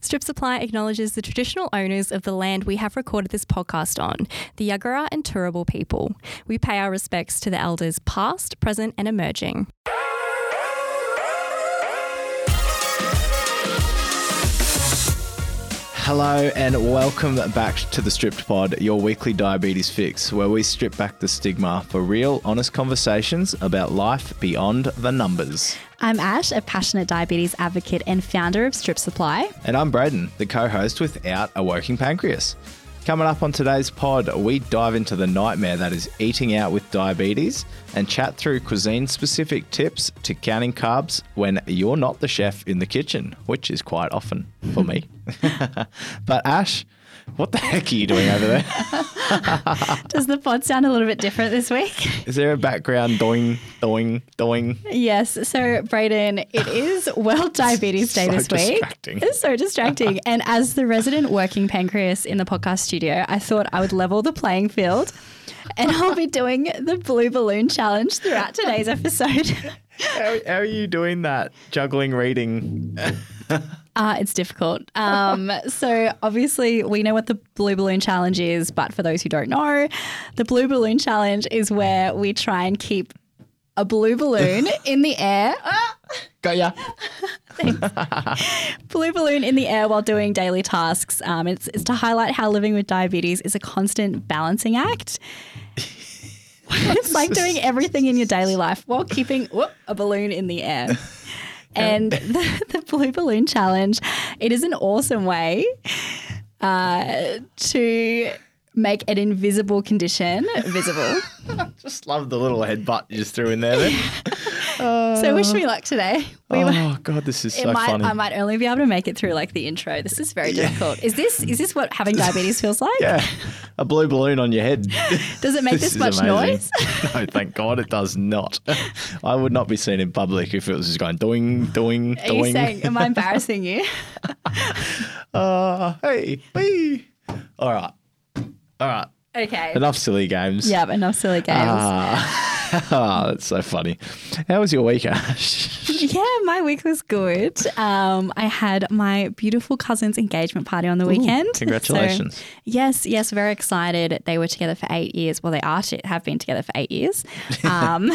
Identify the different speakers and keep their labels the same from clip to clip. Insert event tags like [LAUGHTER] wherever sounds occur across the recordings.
Speaker 1: Strip Supply acknowledges the traditional owners of the land we have recorded this podcast on, the Yagara and Turrbal people. We pay our respects to the elders past, present, and emerging.
Speaker 2: Hello and welcome back to the Stripped Pod, your weekly diabetes fix, where we strip back the stigma for real, honest conversations about life beyond the numbers.
Speaker 3: I'm Ash, a passionate diabetes advocate and founder of Strip Supply.
Speaker 2: And I'm Braden, the co host without a working pancreas. Coming up on today's pod, we dive into the nightmare that is eating out with diabetes and chat through cuisine specific tips to counting carbs when you're not the chef in the kitchen, which is quite often
Speaker 3: [LAUGHS]
Speaker 2: for me. but Ash, what the heck are you doing
Speaker 3: [LAUGHS]
Speaker 2: over there?
Speaker 3: Does the pod sound a little bit different this week? [LAUGHS]
Speaker 2: Is there a background doing, doing, doing?
Speaker 3: Yes. So, Braden, it is World Diabetes Day
Speaker 2: [LAUGHS] So
Speaker 3: this week.
Speaker 2: distracting.
Speaker 3: It's so
Speaker 2: [LAUGHS]
Speaker 3: distracting. and as the resident working pancreas in the podcast studio, I thought I would level the playing field and I'll be doing the blue balloon challenge throughout today's episode. [LAUGHS]
Speaker 2: How, how are you doing that? Juggling reading.
Speaker 3: Uh, it's difficult. Um, so, obviously, we know what the Blue Balloon Challenge is, but for those who don't know, the Blue Balloon Challenge is where we try and keep a blue balloon in the air, Ah,
Speaker 2: Got ya.
Speaker 3: blue balloon in the air while doing daily tasks. Um, it's, it's to highlight how living with diabetes is a constant balancing act. [LAUGHS] it's like doing everything in your daily life while keeping whoop, a balloon in the air. And the, the Blue Balloon Challenge, it is an awesome way uh, to make an invisible condition
Speaker 2: [LAUGHS]
Speaker 3: visible.
Speaker 2: Just love the little headbutt you just threw in there. Then.
Speaker 3: so wish me luck today. [LAUGHS] We were-
Speaker 2: oh god, this is
Speaker 3: it
Speaker 2: so
Speaker 3: might,
Speaker 2: funny.
Speaker 3: I might only be able to make it through like the intro. This is very difficult. Is this is this what
Speaker 2: [LAUGHS]
Speaker 3: having diabetes feels like?
Speaker 2: yeah, a blue balloon on your head.
Speaker 3: [LAUGHS]
Speaker 2: [LAUGHS]
Speaker 3: Does it make this,
Speaker 2: is
Speaker 3: much
Speaker 2: amazing.
Speaker 3: noise?
Speaker 2: [LAUGHS] no, thank God it
Speaker 3: [LAUGHS]
Speaker 2: does not. I would not be seen in public if it was just going doing, doing,
Speaker 3: Are you
Speaker 2: doing. [LAUGHS]
Speaker 3: saying am I embarrassing you?
Speaker 2: Uh, hey, wee. All right, all right.
Speaker 3: Okay.
Speaker 2: Enough silly games.
Speaker 3: Yeah, but enough silly games.
Speaker 2: [LAUGHS] Ah, that's so funny. How was your
Speaker 3: [LAUGHS]
Speaker 2: week, Ash? [LAUGHS]
Speaker 3: Yeah, my week was good. Um, I had my beautiful cousin's engagement party on the weekend. So-
Speaker 2: congratulations.
Speaker 3: yes, yes, very excited. They were together for eight years. Well, they are to have been together for eight
Speaker 2: [LAUGHS]
Speaker 3: years. Um,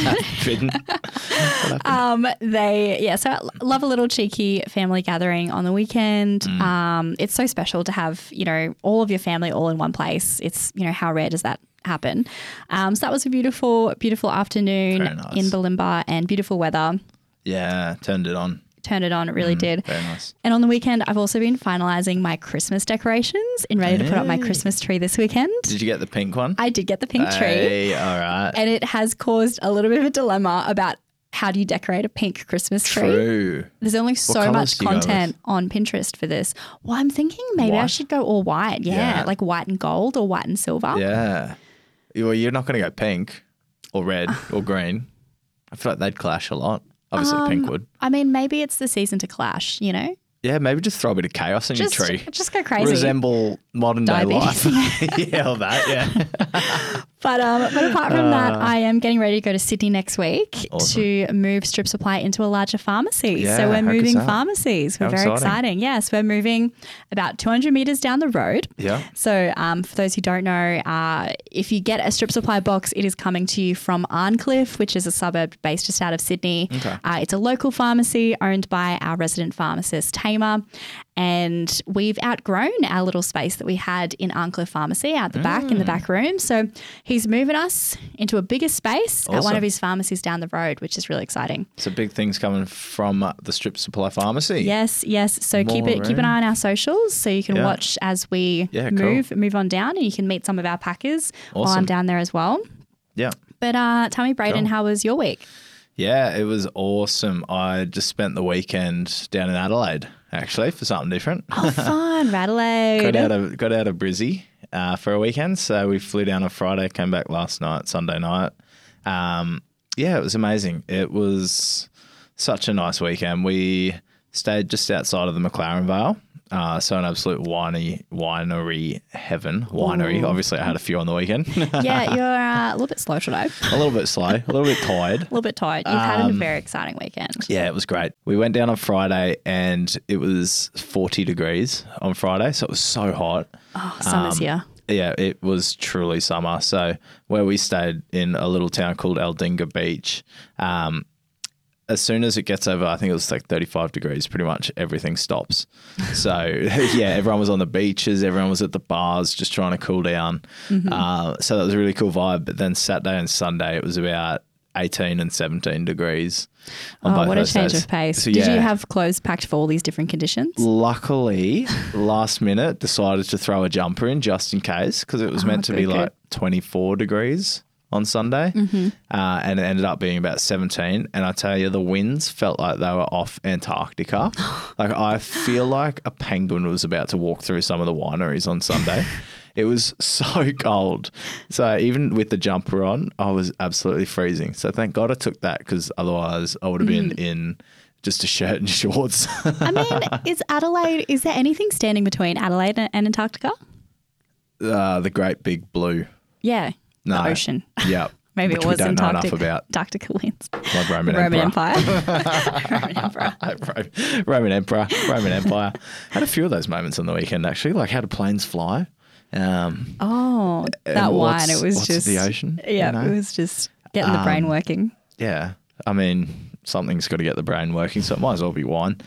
Speaker 2: Bidden?
Speaker 3: um, they yeah, so I l- love a little cheeky family gathering on the weekend.
Speaker 2: Mm.
Speaker 3: Um, it's so special to have you know all of your family all in one place. It's you know how rare does that happen? Um, so that was a beautiful, beautiful afternoon
Speaker 2: Very nice.
Speaker 3: in Balimba and beautiful weather.
Speaker 2: yeah, turned it on.
Speaker 3: Turned it on, it really did.
Speaker 2: Mm, Very nice.
Speaker 3: And on the weekend, I've also been finalizing my Christmas decorations and ready to put up my
Speaker 2: Hey.
Speaker 3: Christmas tree this weekend.
Speaker 2: Did you get the pink one?
Speaker 3: I did get the pink tree,
Speaker 2: Hey, all right.
Speaker 3: and it has caused a little bit of a dilemma about how do you decorate a pink Christmas tree.
Speaker 2: True.
Speaker 3: There's only so
Speaker 2: colours
Speaker 3: much
Speaker 2: do you go with?
Speaker 3: content on Pinterest for this. Well, I'm thinking maybe I
Speaker 2: White?
Speaker 3: should go all white. Yeah,
Speaker 2: Yeah.
Speaker 3: like white and gold or white and silver.
Speaker 2: Yeah. Well, you're not going to go pink or
Speaker 3: [LAUGHS]
Speaker 2: red or green. I feel like they'd clash a lot. Obviously, pink would.
Speaker 3: I mean, maybe it's the season to clash, you know?
Speaker 2: Yeah, maybe just throw a bit of chaos in
Speaker 3: Just,
Speaker 2: your tree.
Speaker 3: just go crazy.
Speaker 2: Resemble modern day
Speaker 3: Diabetes. [LAUGHS]
Speaker 2: life. [LAUGHS] yeah, all that. Yeah.
Speaker 3: But um, but apart from that, I am getting ready to go to Sydney next week
Speaker 2: Uh. Awesome.
Speaker 3: to move Strip Supply into a larger pharmacy.
Speaker 2: Yeah,
Speaker 3: so we're
Speaker 2: how good's
Speaker 3: moving
Speaker 2: that?
Speaker 3: pharmacies. We're
Speaker 2: How
Speaker 3: very
Speaker 2: exciting.
Speaker 3: exciting. Yes, we're moving about 200 meters down the road.
Speaker 2: Yeah.
Speaker 3: So um, for those who don't know, uh, if you get a Strip Supply box, it is coming to you from Arncliffe, which is a suburb based just out of Sydney.
Speaker 2: Okay.
Speaker 3: Uh, it's a local pharmacy owned by our resident pharmacist, Tamer. And we've outgrown our little space that we had in Arncliffe Pharmacy out the back in
Speaker 2: Mm.
Speaker 3: the back room. So he's moving us into a bigger space at one
Speaker 2: Awesome.
Speaker 3: of his pharmacies down the road, which is really exciting.
Speaker 2: So big things coming from uh, the strip supply pharmacy.
Speaker 3: Yes, yes. So keep
Speaker 2: More
Speaker 3: it keep an
Speaker 2: room.
Speaker 3: eye on our socials so you can
Speaker 2: Yeah.
Speaker 3: watch as we
Speaker 2: Yeah, cool.
Speaker 3: move move on down and you can meet some of our packers while I'm
Speaker 2: Awesome.
Speaker 3: down there as well.
Speaker 2: Yeah.
Speaker 3: But uh, tell me, Braden,
Speaker 2: Cool.
Speaker 3: how was your week?
Speaker 2: Yeah, it was awesome. I just spent the weekend down in Adelaide, actually, for something different. [LAUGHS]
Speaker 3: Oh, fun, Adelaide.
Speaker 2: got out of got out of Brizzy uh, for a weekend. So we flew down on Friday, came back last night, Sunday night. Um, yeah, it was amazing. It was such a nice weekend. We stayed just outside of the McLaren Vale,
Speaker 4: Uh, so an absolute winey, winery heaven. Winery. Obviously, I had a few on the weekend. a
Speaker 3: [LAUGHS] yeah, you're uh, a little bit slow today. A
Speaker 4: little bit slow, a little bit tired.
Speaker 3: little bit tired. You've
Speaker 2: Um,
Speaker 3: had a very exciting weekend.
Speaker 4: Yeah, it was great. We went down on Friday and it was 40 degrees on Friday. So it was so hot.
Speaker 3: Oh, summer's
Speaker 2: um,
Speaker 3: here.
Speaker 4: Yeah, it was truly summer. So where we stayed in a little town called Aldinga Beach, um, as soon as it gets over, I think it was like 35 degrees, pretty much everything
Speaker 3: [LAUGHS]
Speaker 4: stops. So [LAUGHS] yeah, everyone was on the beaches, everyone was at the bars, just trying to cool down.
Speaker 3: Mm-hmm.
Speaker 4: Uh, so that was a really cool vibe. But then Saturday and Sunday, it was about 18 and 17 degrees. on
Speaker 3: Oh,
Speaker 4: both
Speaker 3: what a
Speaker 4: those
Speaker 3: change
Speaker 4: days.
Speaker 3: of pace.
Speaker 4: So,
Speaker 3: Did you
Speaker 4: yeah.
Speaker 3: have clothes packed for all these different
Speaker 2: [LAUGHS]
Speaker 3: conditions?
Speaker 4: Luckily, last minute decided to throw a jumper in just in case because it was meant to
Speaker 3: good,
Speaker 4: be
Speaker 3: good.
Speaker 4: like 24 degrees on Sunday, uh, and it ended up being about 17. And I tell you, the winds felt like they were off Antarctica. like I feel like a penguin was about to walk through some of the wineries on Sunday. It was so cold. So even with the jumper on, I was absolutely freezing. So thank God I took that because otherwise I would have been in just a shirt and [LAUGHS] shorts.
Speaker 3: I mean, is Adelaide, is there anything standing between Adelaide and and Antarctica?
Speaker 4: uh, the Great Big Blue. [LAUGHS]
Speaker 3: Yeah.
Speaker 4: No.
Speaker 3: The ocean.
Speaker 4: Yeah. [LAUGHS]
Speaker 3: Maybe
Speaker 4: Which
Speaker 3: it was
Speaker 4: we don't
Speaker 3: Antarctica.
Speaker 4: know enough about,
Speaker 3: Antarctica winds.
Speaker 4: [LAUGHS] like Roman,
Speaker 3: Roman
Speaker 4: Emperor.
Speaker 3: Empire.
Speaker 4: [LAUGHS]
Speaker 3: Roman Empire.
Speaker 4: Ro- Roman Emperor, Roman Empire. Had a few of those moments on the weekend actually. Like how do planes fly? Um,
Speaker 3: Oh, that
Speaker 4: and
Speaker 3: wine.
Speaker 4: what's-
Speaker 3: It was
Speaker 4: what's
Speaker 3: just
Speaker 4: the ocean. you
Speaker 3: Yeah,
Speaker 4: know? Um,
Speaker 3: it was just getting the brain working.
Speaker 4: yeah. I mean, something's got to get the brain working, so it might as well be wine.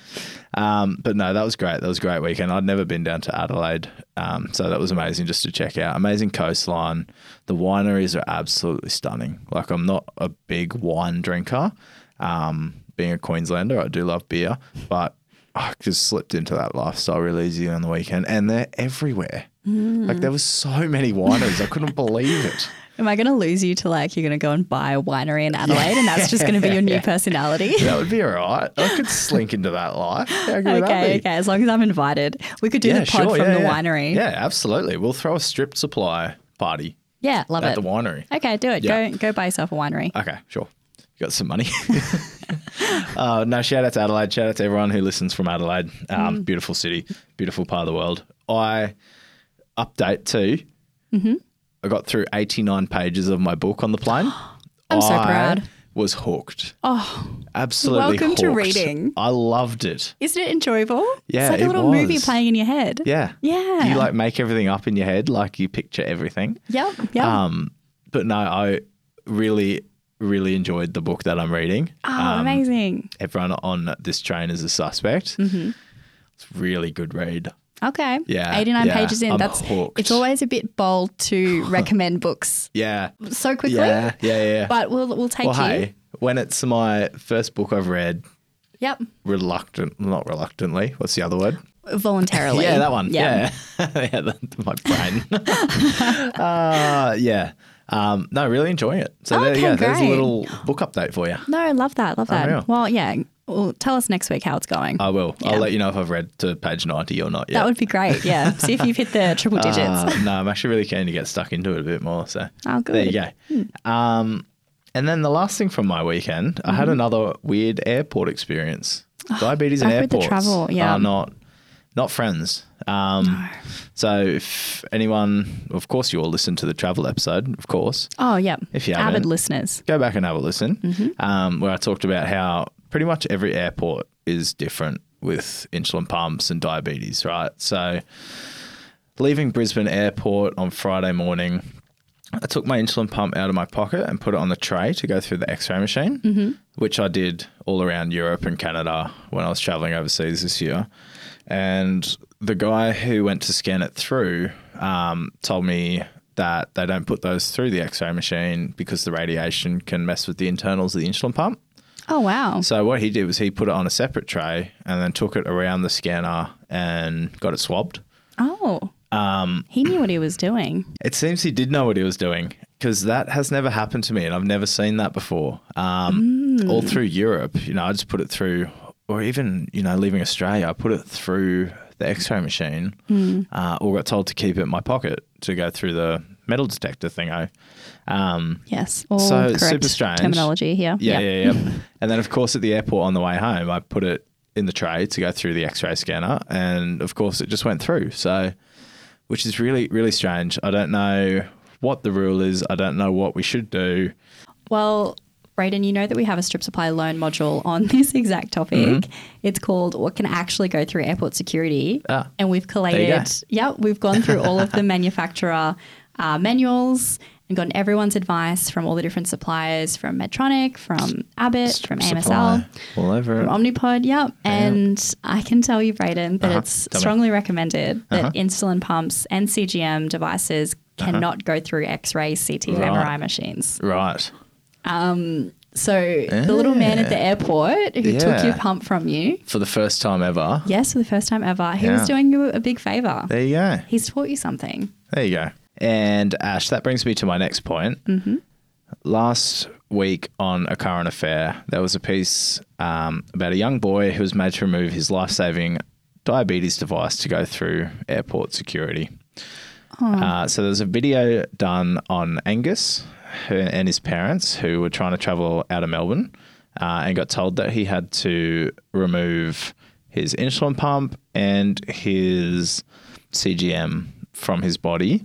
Speaker 4: Um, but no, that was great. That was a great weekend. I'd never been down to Adelaide, um, so that was amazing just to check out. Amazing coastline. The wineries are absolutely stunning. Like I'm not a big wine drinker. Um, being a Queenslander, I do love beer, but I just slipped into that lifestyle really easy on the weekend, and they're everywhere. Like there was so many wineries, I couldn't believe it.
Speaker 3: Am I going to lose you to like you're going to go and buy a winery in Adelaide and that's just going to be
Speaker 4: [LAUGHS]
Speaker 3: your new personality?
Speaker 4: That would be all right. I could slink into that life. How good would that
Speaker 3: okay,
Speaker 4: be?
Speaker 3: okay. As long as I'm invited, we could do the pod from the winery.
Speaker 4: Yeah, absolutely. We'll throw a strip supply party
Speaker 3: Yeah, love
Speaker 4: at
Speaker 3: it.
Speaker 4: the winery.
Speaker 3: Okay, do it.
Speaker 4: Yeah. Uh,
Speaker 3: Go go buy yourself a winery.
Speaker 4: Okay, sure. You got some money. [LAUGHS] uh, no, shout out to Adelaide. Shout out to everyone who listens from Adelaide. Um,
Speaker 3: Mm.
Speaker 4: Beautiful city, beautiful part of the world. I update too.
Speaker 3: Mm-hmm.
Speaker 4: I got through 89 pages of my book on the plane.
Speaker 3: I'm [GASPS] so
Speaker 4: I
Speaker 3: proud.
Speaker 4: Was hooked. Oh, absolutely.
Speaker 3: welcome to
Speaker 4: hooked.
Speaker 3: reading.
Speaker 4: I loved it.
Speaker 3: Isn't it enjoyable?
Speaker 4: Yeah,
Speaker 3: it's like
Speaker 4: it
Speaker 3: a little movie
Speaker 4: was.
Speaker 3: playing in your head.
Speaker 4: Yeah.
Speaker 3: Yeah.
Speaker 4: You like make everything up in your head, like you picture everything.
Speaker 3: Yep. Yep.
Speaker 4: Um, but no, I really, really enjoyed the book that I'm reading.
Speaker 3: oh, amazing.
Speaker 4: Everyone on this train is a suspect.
Speaker 3: Mm-hmm.
Speaker 4: It's a really good read.
Speaker 3: Okay.
Speaker 4: yeah,
Speaker 3: 89
Speaker 4: yeah,
Speaker 3: pages in.
Speaker 4: I'm
Speaker 3: That's
Speaker 4: hooked.
Speaker 3: it's always a bit bold
Speaker 4: [LAUGHS]
Speaker 3: to recommend books
Speaker 4: Yeah.
Speaker 3: so quickly.
Speaker 4: Yeah. Yeah. Yeah.
Speaker 3: But we'll we'll take
Speaker 4: well,
Speaker 3: you.
Speaker 4: hey, when it's my first book I've read,
Speaker 3: Yep.
Speaker 4: reluctant, not reluctantly, what's the other word?
Speaker 3: Voluntarily.
Speaker 4: Yeah, that one. Yeah, yeah, [LAUGHS] that, my brain.
Speaker 3: [LAUGHS]
Speaker 4: uh, yeah, um, no, really enjoying it. So there,
Speaker 3: Oh, Okay,
Speaker 4: yeah, there's a
Speaker 3: great.
Speaker 4: little book update for you.
Speaker 3: No, I love that. Love that.
Speaker 4: Unreal.
Speaker 3: Well, yeah. Well, tell us next week how it's going.
Speaker 4: I will.
Speaker 3: Yeah.
Speaker 4: I'll let you know if I've read to page ninety or not. Yet.
Speaker 3: That would be great.
Speaker 4: [LAUGHS]
Speaker 3: Yeah. See if you've hit the triple digits.
Speaker 4: Uh, no, I'm actually really keen to get stuck into it a bit more. So
Speaker 3: Oh,
Speaker 4: there you
Speaker 3: good.
Speaker 4: go. Um, and then the last thing from my weekend, I
Speaker 3: Mm-hmm.
Speaker 4: had another weird airport experience. Diabetes and
Speaker 3: Oh, I've heard the
Speaker 4: airports
Speaker 3: travel, yeah.
Speaker 4: are not not friends. Um, So if anyone, of course, you all listen to the travel episode, of course,
Speaker 3: oh, yeah.
Speaker 4: If you
Speaker 3: Avid
Speaker 4: haven't-
Speaker 3: listeners.
Speaker 4: go back and have a listen, um, where I talked about how pretty much every airport is different with insulin pumps and diabetes, right? So, leaving Brisbane Airport on Friday morning, I took my insulin pump out of my pocket and put it on the tray to go through the x ray machine, which I did all around Europe and Canada when I was traveling overseas this year. And the guy who went to scan it through um, told me that they don't put those through the x ray machine because the radiation can mess with the internals of the insulin pump.
Speaker 3: Oh, wow.
Speaker 4: So what he did was he put it on a separate tray and then took it around the scanner and got it swabbed.
Speaker 3: Oh. Um, he knew what he was doing.
Speaker 4: It seems he did know what he was doing because that has never happened to me and I've never seen that before. Um, All through Europe, you know, I just put it through, or even, you know, leaving Australia, I put it through the x ray machine uh, or got told to keep it in my pocket to go through the metal detector thing. I. Um,
Speaker 3: Yes. All
Speaker 4: So,
Speaker 3: correct
Speaker 4: super strange.
Speaker 3: terminology here. [LAUGHS]
Speaker 4: yeah, yeah, yeah. and then, of course, at the airport on the way home, I put it
Speaker 2: in the tray to go through the X-ray scanner, and of course it just went through. So, which is really really strange. I don't know what the rule is. I don't know what we should do.
Speaker 3: Well, Brayden, you know that we have a strip supply loan module on [LAUGHS] this exact topic.
Speaker 2: Mm-hmm.
Speaker 3: It's called What Can Actually Go Through Airport Security.
Speaker 2: Ah,
Speaker 3: and we've collated, yeah, we've gone through all
Speaker 2: [LAUGHS]
Speaker 3: of the manufacturer uh, manuals and gotten everyone's advice from all the different suppliers from Medtronic, from Abbott, from AMSL.
Speaker 2: Supply all over. it.
Speaker 3: From Omnipod, yep. And I can tell you, Brayden, that
Speaker 2: Uh-huh.
Speaker 3: it's
Speaker 2: Tell me.
Speaker 3: strongly recommended that
Speaker 2: Uh-huh.
Speaker 3: insulin pumps and CGM devices cannot go through X ray, CT, and
Speaker 2: Right.
Speaker 3: MRI machines.
Speaker 2: Right.
Speaker 3: So the little man at the airport who
Speaker 2: Yeah.
Speaker 3: took your pump from you,
Speaker 2: For the first time ever.
Speaker 3: yes, for the first time ever, he
Speaker 2: Yeah.
Speaker 3: was doing you a big favor.
Speaker 2: There you go.
Speaker 3: He's taught you something.
Speaker 2: There you go. And Ash, that brings me to my next point.
Speaker 3: Mm.
Speaker 2: Mm-hmm. Last week on A Current Affair, there was a piece um, about a young boy who was made to remove his life saving diabetes device to go through airport security.
Speaker 3: Oh.
Speaker 2: Uh, so there's a video done on Angus who, and his parents who were trying to travel out of Melbourne uh, and got told that he had to remove his insulin pump and his CGM from his body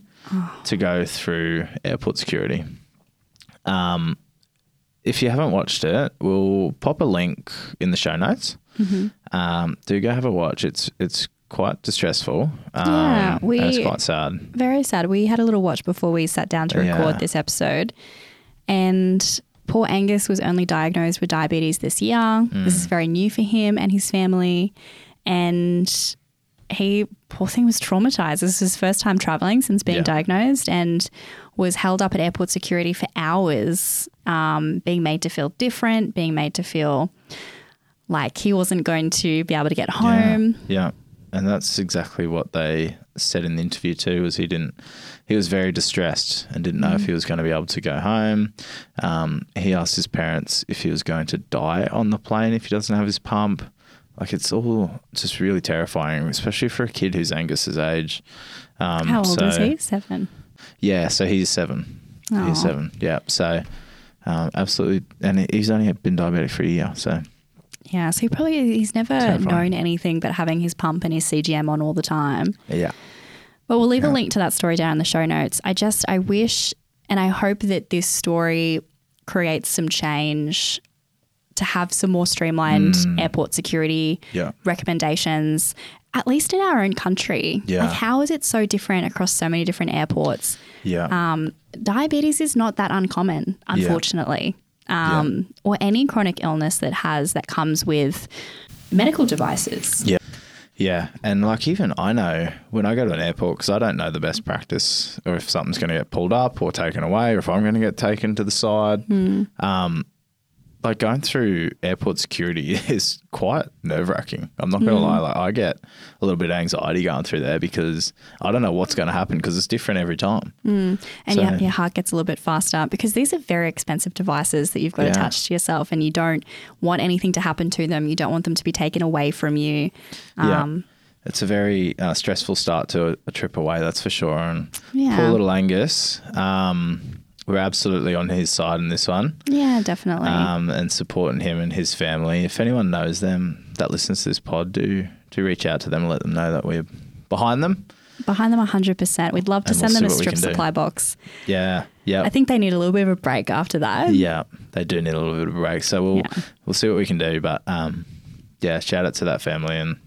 Speaker 2: to go through airport security. Um, if you haven't watched it, we'll pop a link in the show notes. Um, do go have a watch. It's it's quite distressful. Um,
Speaker 3: Yeah,
Speaker 2: and it's
Speaker 3: we-
Speaker 2: quite sad.
Speaker 3: Very sad. We had a little watch before we sat down to record
Speaker 2: Yeah.
Speaker 3: this episode. And poor Angus was only diagnosed with diabetes this year. This
Speaker 2: Mm.
Speaker 3: is very new for him and his family. And he, poor thing, was traumatized. This is his first time traveling since being
Speaker 2: Yeah.
Speaker 3: diagnosed and was held up at airport security for hours, um, being made to feel different, being made to feel like he wasn't going to be able to get home.
Speaker 2: Yeah. And that's exactly what they said in the interview too was he didn't he was very distressed and didn't know
Speaker 3: Mm.
Speaker 2: if he was going to be able to go home. Um, he asked his parents if he was going to die on the plane if he doesn't have his pump. Like it's all just really terrifying, especially for a kid who's Angus's age. Um,
Speaker 3: How old
Speaker 2: so-
Speaker 3: is he? Oh. Seven.
Speaker 2: Yeah, so he's seven.
Speaker 3: Aw.
Speaker 2: He's seven. Yeah, so um, absolutely, and he- he's only been diabetic for a year. So
Speaker 3: Yeah, so he probably he's never
Speaker 2: Terrifying.
Speaker 3: known anything but having his pump and his CGM on all the time.
Speaker 2: yeah,
Speaker 3: But we'll leave
Speaker 2: Yeah.
Speaker 3: a link to that story down in the show notes. I just I wish and I hope that this story creates some change to have some more streamlined airport security
Speaker 2: Mm. Yeah.
Speaker 3: recommendations, at least in our own country.
Speaker 2: Yeah.
Speaker 3: Like how is it so different across so many different airports?
Speaker 2: yeah,
Speaker 3: um, diabetes is not that uncommon, unfortunately, um, or any chronic illness that has that comes with medical devices.
Speaker 2: Yeah. Yeah. And like, even I know when I go to an airport, because I don't know the best practice or if something's going to get pulled up or taken away or if I'm going to get taken to the side. Um, like, going through airport security [LAUGHS] is quite nerve wracking. I'm not going to lie. Like, I get a little bit of anxiety going through there because I don't know what's going to happen because it's different every time. [LAUGHS]
Speaker 3: and
Speaker 2: so-
Speaker 3: your, your heart gets a little bit faster because these are very expensive devices that you've got
Speaker 2: Yeah.
Speaker 3: attached to yourself, and you don't want anything to happen to them. You don't want them to be taken away from you.
Speaker 2: Yeah.
Speaker 3: Um,
Speaker 2: It's a very uh, stressful start to a, a trip away, that's for sure. And poor
Speaker 3: Yeah.
Speaker 2: little Angus, um, we're absolutely on his side in this one.
Speaker 3: yeah, definitely.
Speaker 2: um, and supporting him and his family. If anyone knows them that listens to this pod, do do reach out to them and let them know that we're behind them.
Speaker 3: Behind them, hundred percent. We'd love to
Speaker 2: and we'll
Speaker 3: send them a
Speaker 2: see what we
Speaker 3: strip
Speaker 2: can do.
Speaker 3: supply box.
Speaker 2: Yeah, yeah,
Speaker 3: I think they need a little bit of a break after that.
Speaker 2: yeah. They do need a little bit of a break, so we'll
Speaker 3: Yeah.
Speaker 2: we'll see what we can do. But um, yeah, shout out to that family and.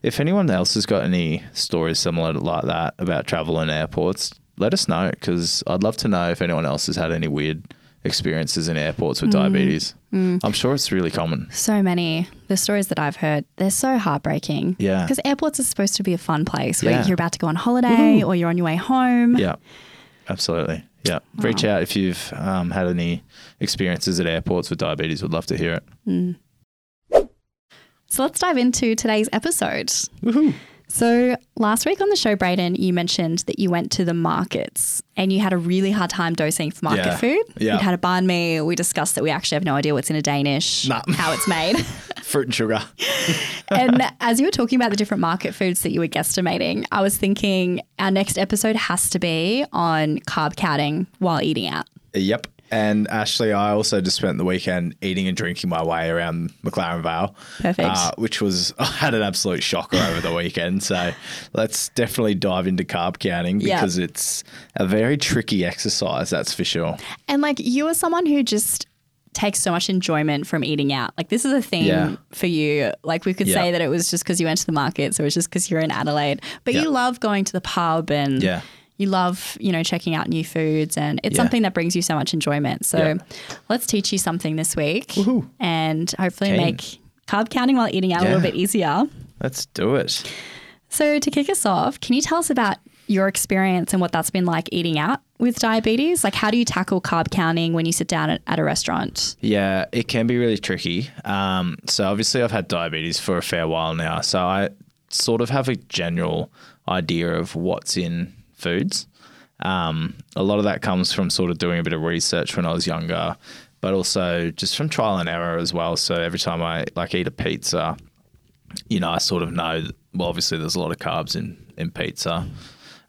Speaker 2: If anyone else has got any stories similar to like that about travel in airports, let us know because I'd love to know if anyone else has had any weird experiences in airports with diabetes. I'm sure it's really common.
Speaker 3: So many. The stories that I've heard, they're so heartbreaking.
Speaker 2: Yeah.
Speaker 3: Because airports are supposed to be a fun place where
Speaker 2: Yeah.
Speaker 3: you're about to go on holiday or you're on your way home.
Speaker 2: Yeah, absolutely. Yeah, reach out if you've um, had any experiences at airports with diabetes. Would love to hear it.
Speaker 3: So let's dive into today's episode.
Speaker 2: Woohoo!
Speaker 3: So last week on the show, Brayden, you mentioned that you went to the markets and you had a really hard time dosing for market
Speaker 2: Yeah.
Speaker 3: food.
Speaker 2: Yeah.
Speaker 3: You had a banh mi. We discussed that we actually have no idea what's in a Danish,
Speaker 2: Nah.
Speaker 3: how it's
Speaker 2: [LAUGHS]
Speaker 3: made.
Speaker 2: Fruit and sugar.
Speaker 3: and as you were talking about the different market foods that you were guesstimating, I was thinking our next episode has to be on carb counting while eating out.
Speaker 2: yep.
Speaker 4: And Ashley, I also just spent the weekend eating and drinking my way around McLaren Vale.
Speaker 3: Perfect.
Speaker 2: Ah,
Speaker 4: Uh, which was, I had an absolute shocker over the weekend. So let's definitely dive into carb counting
Speaker 3: Yeah.
Speaker 4: because it's a very tricky exercise, that's for sure.
Speaker 3: And like you are someone who just takes so much enjoyment from eating out. Like this is a theme
Speaker 4: Yeah.
Speaker 3: for you. Like we could
Speaker 4: Yeah.
Speaker 3: say that it was just because you went to the market, so it was just because you're in Adelaide. But
Speaker 4: Yeah.
Speaker 3: you love going to the pub and
Speaker 4: Yeah.
Speaker 3: you love, you know, checking out new foods and it's
Speaker 4: Yeah.
Speaker 3: something that brings you so much enjoyment. So
Speaker 4: Yeah.
Speaker 3: let's teach you something this week and hopefully
Speaker 4: Keen.
Speaker 3: make carb counting while eating out a
Speaker 4: Yeah.
Speaker 3: little bit easier.
Speaker 4: Let's do it.
Speaker 3: So to kick us off, can you tell us about your experience and what that's been like eating out with diabetes? Like how do you tackle carb counting when you sit down at, at a restaurant?
Speaker 4: Yeah, it can be really tricky. Um, so obviously, I've had diabetes for a fair while now, so I sort of have a general idea of what's in foods. Um, a lot of that comes from sort of doing a bit of research when I was younger, but also just from trial and error as well. So every time I like eat a pizza, you know, I sort of know. that- Well, obviously, there's a lot of carbs in in pizza,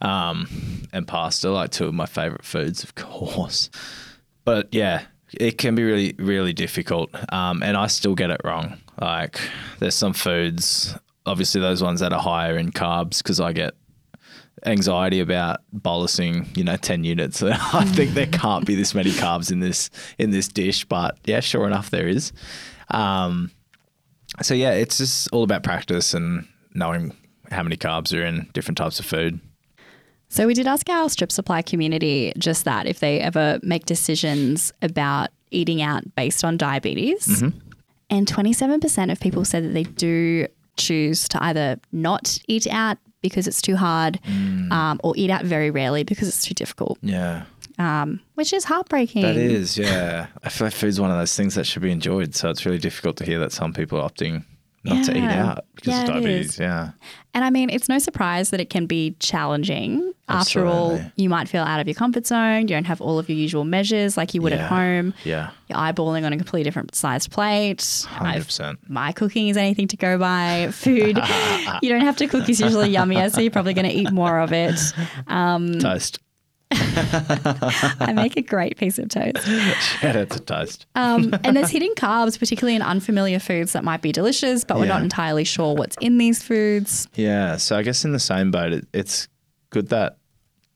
Speaker 4: um, and pasta, like two of my favorite foods, of course. But yeah, it can be really, really difficult. Um, and I still get it wrong. Like, there's some foods, obviously, those ones that are higher in carbs, because I get anxiety about bolusing, you know, 10 units. [LAUGHS] I think there can't be this many carbs in this in this dish, but yeah, sure enough there is. Um, so yeah, it's just all about practice and knowing how many carbs are in different types of food.
Speaker 3: So we did ask our strip supply community just that if they ever make decisions about eating out based on diabetes. And 27% of people said that they do choose to either not eat out because it's too hard um, or eat out very rarely because it's too difficult,
Speaker 4: Yeah.
Speaker 3: um, which is heartbreaking.
Speaker 4: That is, yeah. I feel like food's one of those things that should be enjoyed. So it's really difficult to hear that some people are opting not to eat
Speaker 3: Yeah.
Speaker 4: out because of
Speaker 3: Yeah, it
Speaker 4: diabetes.
Speaker 3: is.
Speaker 4: Yeah.
Speaker 3: And I mean, it's no surprise that it can be challenging. After all,
Speaker 4: Absolutely.
Speaker 3: you might feel out of your comfort zone. You don't have all of your usual measures like you would
Speaker 4: Yeah.
Speaker 3: at home.
Speaker 4: Yeah.
Speaker 3: You're eyeballing on a completely different sized plate. I've-
Speaker 4: 100%.
Speaker 3: My cooking is anything to go by. Food,
Speaker 4: [LAUGHS]
Speaker 3: you don't have to cook is usually yummier, so you're probably going to eat more of it.
Speaker 4: Toast. [LAUGHS]
Speaker 3: I make a great piece of toast.
Speaker 4: Shout out to toast.
Speaker 3: Um, and there's hidden carbs, particularly in unfamiliar foods that might be delicious, but we're
Speaker 4: Yeah.
Speaker 3: not entirely sure what's in these foods.
Speaker 4: Yeah. So I guess in the same boat, it, it's good that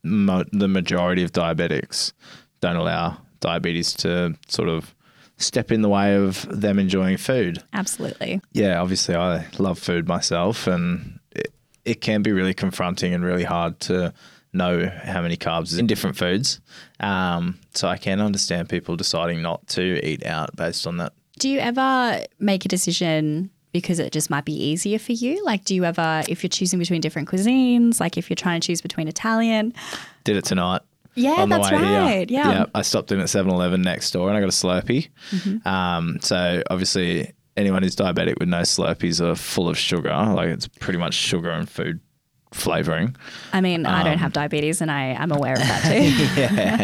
Speaker 4: mo- the majority of diabetics don't allow diabetes to sort of step in the way of them enjoying food.
Speaker 3: Absolutely.
Speaker 4: yeah, obviously I love food myself, and it, it can be really confronting and really hard to know how many carbs is in different foods. Um, so I can understand people deciding not to eat out based on that.
Speaker 3: Do you ever make a decision because it just might be easier for you? Like, do you ever, if you're choosing between different cuisines, like if you're trying to choose between Italian?
Speaker 4: Did it tonight.
Speaker 3: Yeah,
Speaker 4: on the
Speaker 3: that's
Speaker 4: way
Speaker 3: right.
Speaker 4: Here.
Speaker 3: Yeah.
Speaker 4: I stopped in at 7-Eleven next door and I got a Slurpee. Um, so obviously anyone who's diabetic would know Slurpees are full of sugar. Like it's pretty much sugar and food flavoring.
Speaker 3: I mean, I
Speaker 4: Um,
Speaker 3: don't have diabetes and I, I'm aware of that too.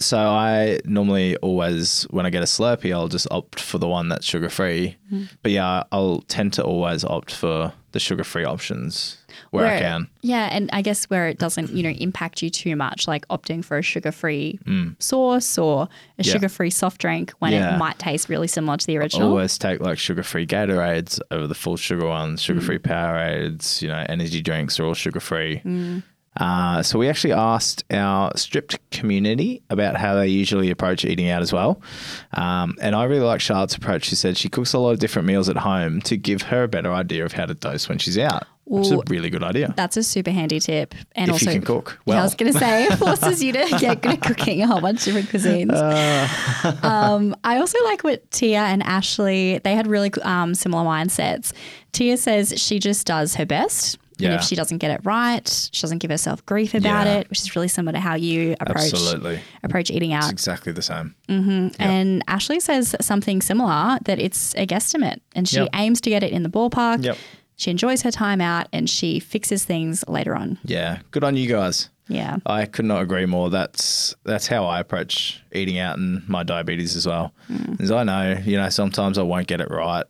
Speaker 4: So I normally always, when I get a Slurpee, I'll just opt for the one that's sugar free. But yeah, I'll tend to always opt for the sugar free options [LAUGHS] where, I can.
Speaker 3: Yeah. And I guess where it doesn't, you know, impact you too much, like opting for a sugar free sauce or a
Speaker 4: Mm. Yeah.
Speaker 3: sugar free soft drink when
Speaker 4: Yeah. Oh,
Speaker 3: it might taste really similar to the original.
Speaker 4: Always take like sugar free Gatorades over the full sugar ones, sugar free Powerades, you know, energy drinks are all sugar free. Uh, so we actually asked our stripped community about how they usually approach eating out as well. Um, and I really like Charlotte's approach. She said she cooks a lot of different meals at home to give her a better idea of how to dose when she's out, which is a
Speaker 3: Ooh.
Speaker 4: really good idea.
Speaker 3: That's a super handy tip. And
Speaker 4: If you
Speaker 3: also,
Speaker 4: can cook
Speaker 3: Yeah, I was
Speaker 4: well.
Speaker 3: going to say,
Speaker 4: [LAUGHS]
Speaker 3: it forces you to get good at cooking a whole bunch of different cuisines.
Speaker 4: Uh.
Speaker 3: [LAUGHS] um, I also like what Tia and Ashley, they had really um, similar mindsets. Tia says she just does her best. And
Speaker 4: Yeah.
Speaker 3: if she doesn't get it right, she doesn't give herself grief about
Speaker 4: Yeah.
Speaker 3: it, which is really similar to how you approach
Speaker 4: Absolutely.
Speaker 3: approach eating out.
Speaker 4: Exactly the same.
Speaker 3: And Ashley says something similar that it's a guesstimate and she
Speaker 4: Yep.
Speaker 3: aims to get it in the ballpark.
Speaker 4: Yep.
Speaker 3: She enjoys her time out and she fixes things later on.
Speaker 4: Yeah. Good on you guys.
Speaker 3: Yeah.
Speaker 4: I could not agree more. That's that's how I approach eating out and my diabetes as well. As I know, you know, sometimes I won't get it right,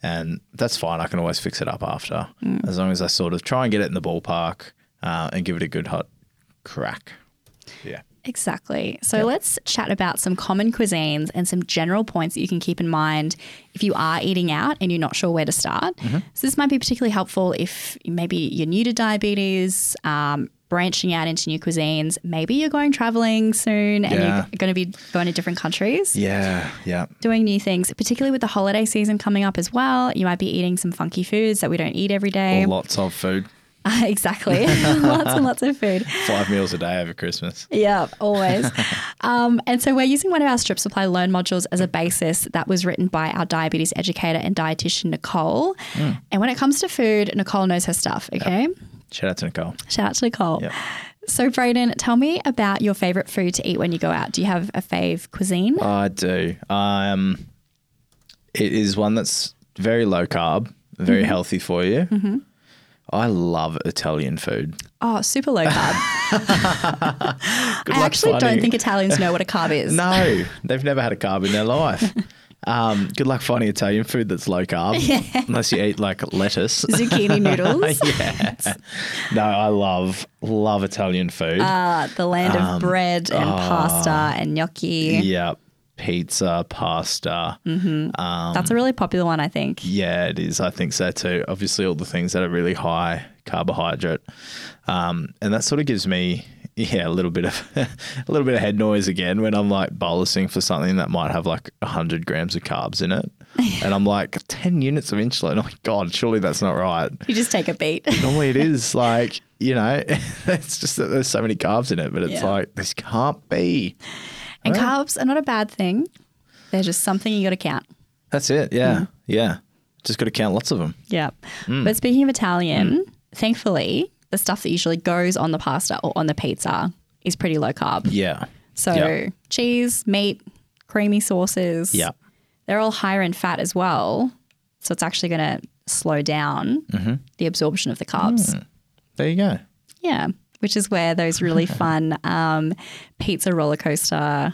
Speaker 4: and that's fine. I can always fix it up after, as long as I sort of try and get it in the ballpark uh, and give it a good hot crack. Yeah,
Speaker 3: Exactly. So let's chat about some common cuisines and some general points that you can keep in mind if you are eating out and you're not sure where to start.
Speaker 2: Mm-hmm.
Speaker 3: So this might be particularly helpful if maybe you're new to diabetes, um, branching out into new cuisines. Maybe you're going traveling soon and
Speaker 2: Yeah.
Speaker 3: you're going to be going to different countries.
Speaker 2: Yeah, yeah.
Speaker 3: Doing new things, particularly with the holiday season coming up as well. You might be eating some funky foods that we don't eat every [LAUGHS] day.
Speaker 2: Lots of food. [LAUGHS]
Speaker 3: exactly. lots and lots of food.
Speaker 2: Five meals a day over Christmas.
Speaker 3: Yeah,
Speaker 2: [LAUGHS]
Speaker 3: always. um, and so we're using one of our strip supply loan modules as a basis that was written by our diabetes educator and dietitian, Nicole.
Speaker 2: Mm.
Speaker 3: And when it comes to food, Nicole knows her stuff, okay?
Speaker 2: Shout out to Nicole.
Speaker 3: Shout out to Nicole.
Speaker 2: Yep.
Speaker 3: So, Brayden, tell me about your favorite food to eat when you go out. Do you have a fave cuisine?
Speaker 2: I do. Um, it is one that's very low carb,
Speaker 3: Mm-hmm.
Speaker 2: very healthy for you. I love Italian food.
Speaker 3: [LAUGHS] Oh, super low carb.
Speaker 2: [LAUGHS] Good
Speaker 3: I
Speaker 2: luck
Speaker 3: actually don't
Speaker 2: finding-
Speaker 3: think Italians know what a carb is.
Speaker 2: [LAUGHS] No, they've never had a carb in their life. Um, good luck finding Italian food that's
Speaker 3: [LAUGHS]
Speaker 2: low carb, unless you eat like lettuce. [LAUGHS]
Speaker 3: Zucchini noodles.
Speaker 2: yeah. No, I love love Italian food.
Speaker 3: Ah, the land of
Speaker 2: Um,
Speaker 3: bread and
Speaker 2: oh.
Speaker 3: pasta and gnocchi.
Speaker 2: yeah, pizza, pasta.
Speaker 3: That's a really popular one, I think.
Speaker 2: Yeah, it is. I think so too. Obviously, all the things that are really high carbohydrate, um, and that sort of gives me [LAUGHS] yeah a little bit of [LAUGHS] a little bit of head noise again when I'm like bolusing for something that might have like hundred grams of carbs in it, and I'm like ten units of insulin. Oh God, surely that's not right.
Speaker 3: You just take a beat.
Speaker 2: Normally, it is [LAUGHS] like you know, [LAUGHS] it's just that there's so many carbs in it, but it's
Speaker 3: Yeah.
Speaker 2: like this can't be.
Speaker 3: And carbs are not a bad thing. They're just something you got to count.
Speaker 2: That's it.
Speaker 3: Mm-hmm.
Speaker 2: Yeah, yeah. Just got to count lots of them.
Speaker 3: Yeah. Mm. But speaking of Italian, thankfully, the stuff that usually goes on the pasta or on the pizza is pretty low carb.
Speaker 2: Yeah.
Speaker 3: So
Speaker 2: yeah.
Speaker 3: cheese, meat, creamy sauces.
Speaker 2: Yeah.
Speaker 3: They're all higher in fat as well. So it's actually going to slow down
Speaker 2: Mm-hmm.
Speaker 3: the absorption of the carbs.
Speaker 2: Mm. There you go.
Speaker 3: Yeah. Which is where those
Speaker 2: [LAUGHS]
Speaker 3: really fun um, pizza roller coaster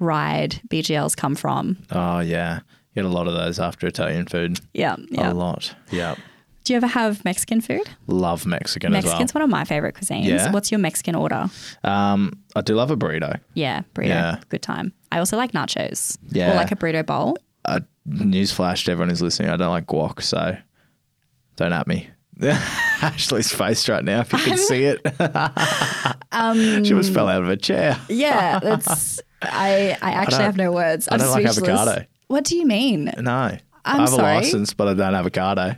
Speaker 3: ride BGLs come from.
Speaker 2: Oh yeah, you had a lot of those after Italian food.
Speaker 3: Yeah. Yeah.
Speaker 2: A lot. Yeah,
Speaker 3: Do you ever have Mexican food?
Speaker 2: love Mexican
Speaker 3: Mexican's
Speaker 2: as well.
Speaker 3: one of my favorite cuisines.
Speaker 2: Yeah?
Speaker 3: What's your Mexican order?
Speaker 2: Um, I do love a burrito.
Speaker 3: Yeah, burrito.
Speaker 2: Yeah.
Speaker 3: Good time. I also like nachos. Or
Speaker 2: Yeah.
Speaker 3: like a burrito bowl.
Speaker 2: Uh, newsflash to everyone who's listening: I don't like guac, so don't at me. [LAUGHS] Ashley's face right now, if you can see it. [LAUGHS] she almost fell out of a chair.
Speaker 3: [LAUGHS] Yeah, that's I I actually have no words. I'm
Speaker 2: don't like
Speaker 3: speechless.
Speaker 2: avocado.
Speaker 3: What do you mean?
Speaker 2: No, i have
Speaker 3: sorry.
Speaker 2: a eh? license, but I don't have avocado.